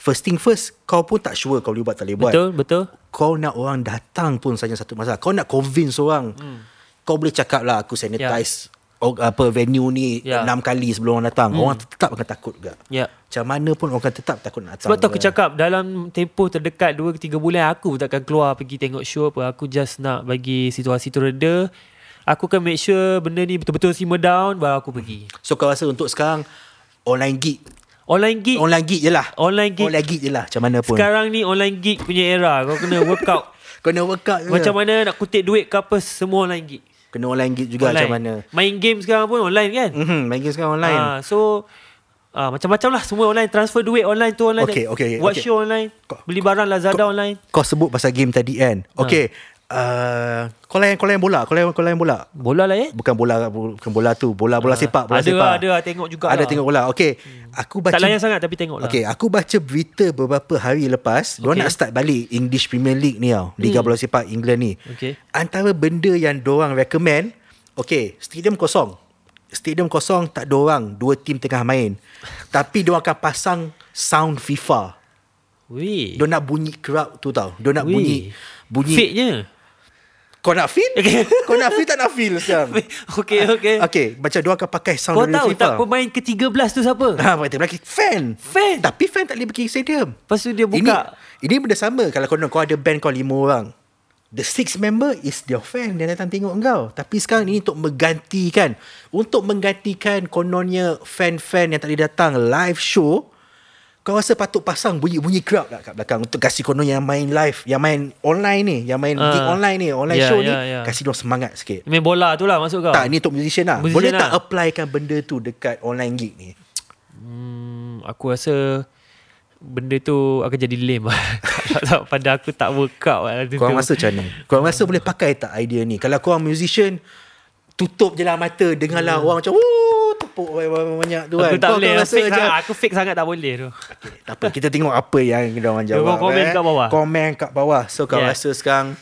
S2: First thing first Kau pun tak sure Kau boleh buat tak boleh buat
S1: Betul, betul.
S2: kau nak orang datang pun saja satu masalah. Kau nak convince orang. Hmm. Kau boleh cakap lah aku sanitize oh, apa venue ni
S1: Ya.
S2: enam kali sebelum orang datang. Hmm. Orang tetap akan takut juga.
S1: Ya.
S2: Macam mana pun orang akan tetap takut nak datang.
S1: Sebab tu aku
S2: juga.
S1: cakap dalam tempoh terdekat 2 ke 3 bulan aku pun takkan keluar pergi tengok show apa. Aku just nak bagi situasi tu reda. Aku akan make sure benda ni betul-betul simmer down baru aku pergi.
S2: So kau rasa untuk sekarang online gig.
S1: Online gig
S2: Online gig je lah.
S1: Online gig.
S2: Online gig je lah macam mana pun. Sekarang,
S1: sekarang ni online gig punya era. Kau kena workout
S2: kau nak workout je.
S1: macam mana nak kutip duit ke apa semua online gig.
S2: Kena online gig juga
S1: Online.
S2: online. macam mana.
S1: Main game sekarang pun online kan?
S2: Mm-hmm, main game sekarang online.
S1: Ah, so ah, macam-macam lah semua online transfer duit online tu online.
S2: Okay, okay,
S1: Watch
S2: okay.
S1: show online.
S2: Kau-
S1: Beli barang Lazada online.
S2: Kau sebut pasal game tadi kan.
S1: Ah.
S2: Okay. Uh, kau layan, kau layan bola. Kau layan, kau layan bola.
S1: Bola lah eh.
S2: bukan bola bukan bola tu bola bola sepak bola
S1: ada
S2: sepak
S1: lah, ada lah, tengok juga
S2: ada
S1: lah.
S2: tengok bola okey aku baca
S1: Tak layan sangat tapi tengok lah.
S2: okey aku baca berita beberapa hari lepas okay.
S1: Okey.
S2: nak start balik English Premier League ni tau liga hmm. bola sepak England ni
S1: Okey.
S2: antara benda yang diorang recommend okey stadium kosong stadium kosong tak ada orang dua tim tengah main tapi diorang akan pasang sound FIFA
S1: Weh.
S2: Diorang nak bunyi crowd tu tau Diorang nak
S1: Eh. Weh.
S2: bunyi bunyi
S1: Fake-nya.
S2: kau nak feel kau nak feel tak nak feel sekarang Eh,
S1: Okey, okey.
S2: okey macam diorang akan pakai sound
S1: Kau
S2: daripada
S1: tahu
S2: FIFA.
S1: tak pemain ke-13 tu siapa?
S2: Ha, kata lelaki fan.
S1: Fan?
S2: Tapi fan tak boleh pergi stadium.
S1: Lepas tu dia buka.
S2: Ini, ini benda sama kalau kau kau ada band kau lima orang. The six member is your fan yang datang tengok kau. Tapi sekarang ini untuk menggantikan. Untuk menggantikan kononnya fan-fan yang tak boleh datang live show. Kau rasa patut pasang bunyi-bunyi crowd tak kat belakang untuk kasih konon yang main live, yang main online ni, yang main
S1: Ah.
S2: gig online ni, online
S1: Ya,
S2: show
S1: ya,
S2: ni,
S1: ya.
S2: kasih dia semangat sikit.
S1: Main bola tu lah masuk kau.
S2: Tak, ni untuk musician lah.
S1: Musician
S2: Boleh
S1: lah.
S2: tak applykan benda tu dekat online gig ni?
S1: Hmm, aku rasa benda tu akan jadi lame lah. Tak tahu, Pada aku tak work out lah. tu-
S2: Korang
S1: tu.
S2: rasa macam mana? Korang rasa boleh pakai tak idea ni? Kalau korang musician, tutup je lah mata, dengarlah orang macam, wuuu, tepuk banyak-banyak tu
S1: Hmm.
S2: kan.
S1: Aku tak
S2: Korang-
S1: boleh. Aku
S2: korang
S1: fake,
S2: macam,
S1: sangat, aku fake sangat tak boleh tu.
S2: okay, tak apa, kita tengok apa yang orang jawab.
S1: korang komen kat bawah.
S2: Komen kat bawah. So, kau
S1: Yeah.
S2: rasa sekarang,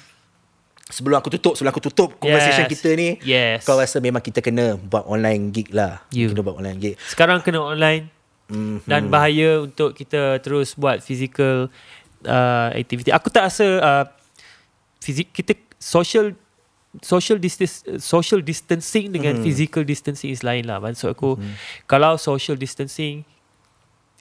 S2: sebelum aku tutup, sebelum aku tutup conversation
S1: Yes.
S2: kita ni,
S1: Yes.
S2: kau rasa memang kita kena buat online gig lah.
S1: You.
S2: Kena buat online gig.
S1: Sekarang kena online.
S2: Mm.
S1: Dan bahaya untuk kita terus buat physical uh, activity. Aku tak rasa uh, fizik kita social social distance social distancing dengan hmm. physical distancing is lain lah maksud aku hmm. kalau social distancing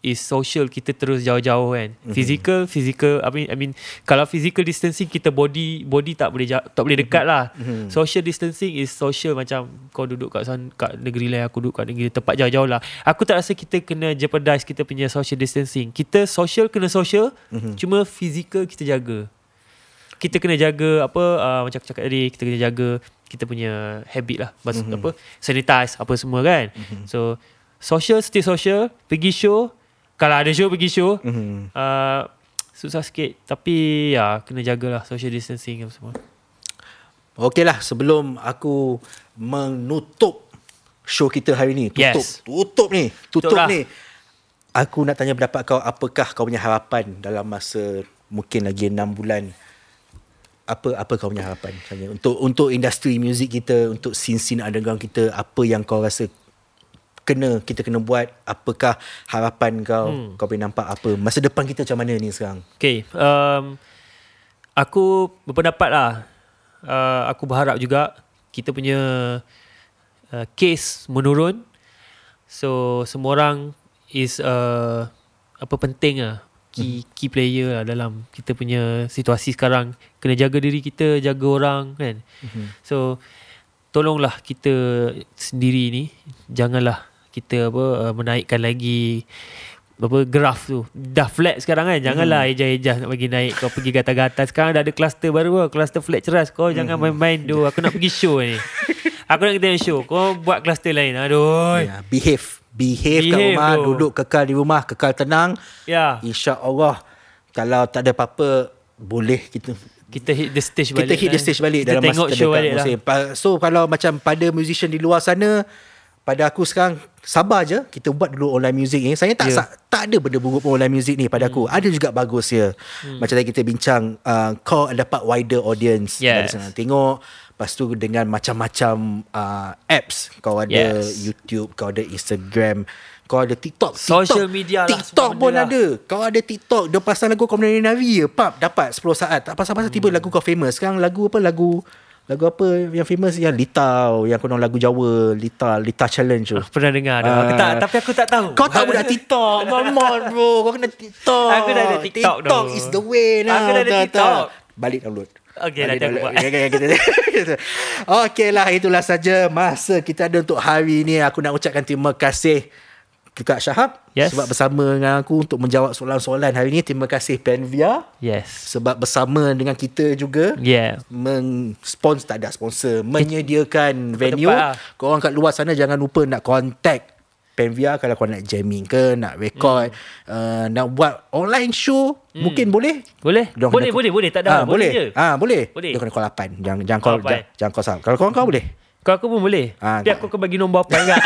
S1: is social kita terus jauh-jauh kan mm-hmm. physical physical I mean I mean kalau physical distancing kita body body tak boleh jauh, tak boleh dekat lah mm-hmm. social distancing is social macam kau duduk kat san, kat negeri lain aku duduk kat negeri tempat jauh-jauh lah aku tak rasa kita kena jeopardize kita punya social distancing kita social kena social mm-hmm. cuma physical kita jaga kita kena jaga apa uh, macam aku cakap tadi kita kena jaga kita punya habit lah Bas, mm-hmm. apa sanitize apa semua kan mm-hmm. so social stay social pergi show kalau ada show pergi show mm-hmm. uh, susah sikit tapi ya kena jagalah social distancing apa semua
S2: Okey lah sebelum aku menutup show kita hari ni tutup
S1: Yes. lah.
S2: tutup ni tutup
S1: Tutuplah.
S2: ni aku nak tanya pendapat kau apakah kau punya harapan dalam masa mungkin lagi 6 bulan apa apa kau punya harapan sebenarnya untuk untuk industri muzik kita untuk scene-scene underground kita apa yang kau rasa kena kita kena buat apakah harapan kau hmm. kau boleh nampak apa masa depan kita macam mana ni sekarang
S1: Okay. Um, aku berpendapat lah. Uh, aku berharap juga kita punya uh, case menurun. So semua orang is uh, apa penting lah. Key, hmm. key player lah dalam kita punya situasi sekarang. Kena jaga diri kita, jaga orang kan. Hmm. So tolonglah kita sendiri ni janganlah kita apa uh, menaikkan lagi apa graf tu dah flat sekarang kan
S2: Hmm.
S1: janganlah ejah-ejah nak bagi naik kau pergi gata-gata sekarang dah ada cluster baru lah cluster flat ceras kau jangan
S2: Hmm.
S1: main-main tu aku nak pergi show ni aku nak kita show kau buat cluster lain aduh
S2: ya behave behave, kat
S1: Behave,
S2: rumah
S1: bro.
S2: duduk kekal di rumah kekal tenang
S1: ya
S2: insya-Allah kalau tak ada apa-apa boleh kita
S1: kita hit the stage
S2: kita
S1: balik
S2: hit the
S1: lah.
S2: stage balik
S1: kita
S2: dalam masa
S1: tengok show
S2: terdekat
S1: balik lah.
S2: musim. Pa- So kalau macam pada musician di luar sana pada aku sekarang sabar je kita buat dulu online music ni. Saya tak
S1: Ya.
S2: yeah. tak ada benda buruk pun online music ni pada aku. Ada juga bagus ya. Hmm. Macam tadi kita bincang uh, kau dapat wider audience dari
S1: Yes.
S2: sana. Tengok lepas tu dengan macam-macam uh, apps kau ada
S1: Yes.
S2: YouTube, kau ada Instagram, kau ada TikTok.
S1: Social
S2: TikTok-
S1: media lah,
S2: TikTok
S1: semua
S2: pun
S1: benda lah.
S2: ada ada Kau ada TikTok Dia pasang lagu Kau menari nari je Pap dapat 10 saat Tak pasal-pasal tiba lagu kau famous Sekarang lagu apa Lagu Lagu apa yang famous Yang Litau Yang konon lagu Jawa Lita Lita Challenge tu
S1: Aku pernah dengar dah. Aku
S2: Ah.
S1: tak, tapi aku tak tahu.
S2: Kau tak budak TikTok Come on bro Kau kena TikTok
S1: Aku dah ada TikTok
S2: TikTok
S1: tu.
S2: is the way now
S1: Aku dah ada
S2: Tak,
S1: TikTok.
S2: tak. Balik download
S1: Okey,
S2: Balik
S1: nanti aku
S2: download.
S1: buat.
S2: Okey, okey, kita- Okey lah Itulah saja Masa kita ada untuk hari ni Aku nak ucapkan terima kasih Kak Syahab
S1: Yes.
S2: Sebab bersama dengan aku Untuk menjawab soalan-soalan hari ni Terima kasih Penvia
S1: Yes.
S2: Sebab bersama dengan kita juga
S1: Yeah.
S2: Menspons tak ada sponsor Menyediakan venue
S1: lah.
S2: Korang kat luar sana Jangan lupa nak contact Penvia kalau kau nak jamming ke Nak record hmm. uh, Nak buat online show hmm. Mungkin boleh
S1: Boleh?
S2: Diorang
S1: boleh,
S2: kena-
S1: boleh, boleh. Tak ada.
S2: Ah,
S1: hal. boleh, je.
S2: Ah, boleh.
S1: Boleh.
S2: Dia kena call 8. Jangan jangan call
S1: Call lapan.
S2: jangan, jangan call sama. Kalau korang kau boleh.
S1: Kau aku pun boleh.
S2: Ah,
S1: Tapi
S2: tak.
S1: aku akan bagi nombor apa enggak.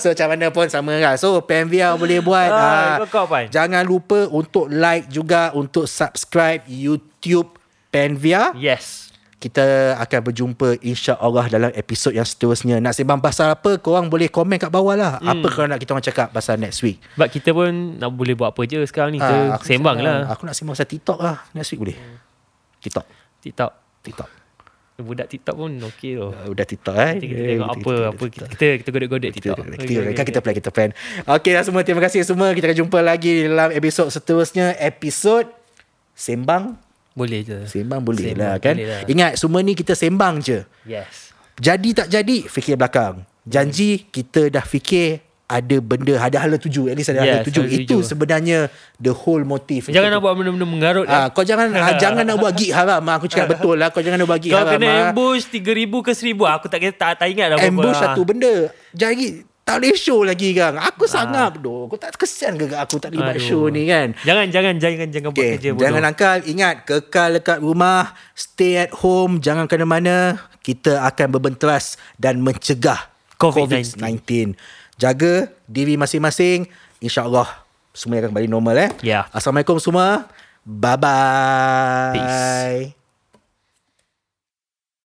S2: so macam mana pun sama lah So PMVR boleh buat
S1: Ah,
S2: ah,
S1: ikut kau, Pan.
S2: Jangan lupa untuk like juga Untuk subscribe YouTube PNVR
S1: yes.
S2: Kita akan berjumpa insya-Allah dalam episod yang seterusnya. Nak sembang pasal apa, korang boleh komen kat bawah lah.
S1: Hmm.
S2: Apa korang nak kita orang cakap pasal next week?
S1: Sebab kita pun nak boleh buat apa je sekarang ni.
S2: Ah,
S1: Kita
S2: aku
S1: sembang lah.
S2: Aku nak sembang pasal TikTok lah. Next week boleh? TikTok.
S1: TikTok.
S2: TikTok.
S1: Budak TikTok pun okey tu.
S2: Uh, Udah TikTok eh.
S1: Nanti kita
S2: Eh,
S1: tengok
S2: kita-
S1: apa
S2: kita-
S1: apa kita kita, kita godek-godek TikTok.
S2: Kita,
S1: Okey,
S2: kita,
S1: okey,
S2: kita, kan
S1: okey.
S2: kita plan, kita plan. Okay lah semua. Terima kasih semua. Kita akan jumpa lagi dalam episod seterusnya. Episod Sembang.
S1: Boleh je.
S2: Sembang boleh
S1: Sembang
S2: lah kan.
S1: boleh lah.
S2: Ingat semua ni kita sembang je.
S1: Yes.
S2: Jadi tak jadi, fikir belakang.
S1: Hmm.
S2: Janji kita dah fikir ada benda, ada hala tuju. At least ada
S1: Yes,
S2: hala tuju.
S1: hala tuju.
S2: Itu sebenarnya the whole motive.
S1: Jangan nak buat benda-benda mengarut. Ah,
S2: Ah, kau jangan ah, jangan nak buat gig haram. Ah, Aku cakap betul lah. Kau jangan nak buat gig
S1: kau
S2: haram.
S1: kena
S2: ah.
S1: ambush 3000 ke 1000. Aku tak kira tak, tak ingat dah berapa.
S2: Ambush
S1: Ah. Ah.
S2: satu benda Jadi tak boleh show lagi gang Aku sangap doh Kau tak kesian ke aku tak boleh buat
S1: Aduh.
S2: show ni kan
S1: Jangan jangan jangan jangan buat
S2: Okay,
S1: kerja bodoh.
S2: jangan nakal Ingat Kekal dekat rumah Stay at home Jangan ke mana Kita akan berbenteras Dan mencegah
S1: COVID-19.
S2: COVID-19 Jaga diri masing-masing InsyaAllah Semuanya akan kembali normal eh
S1: Ya.
S2: Assalamualaikum semua Bye-bye
S1: Peace.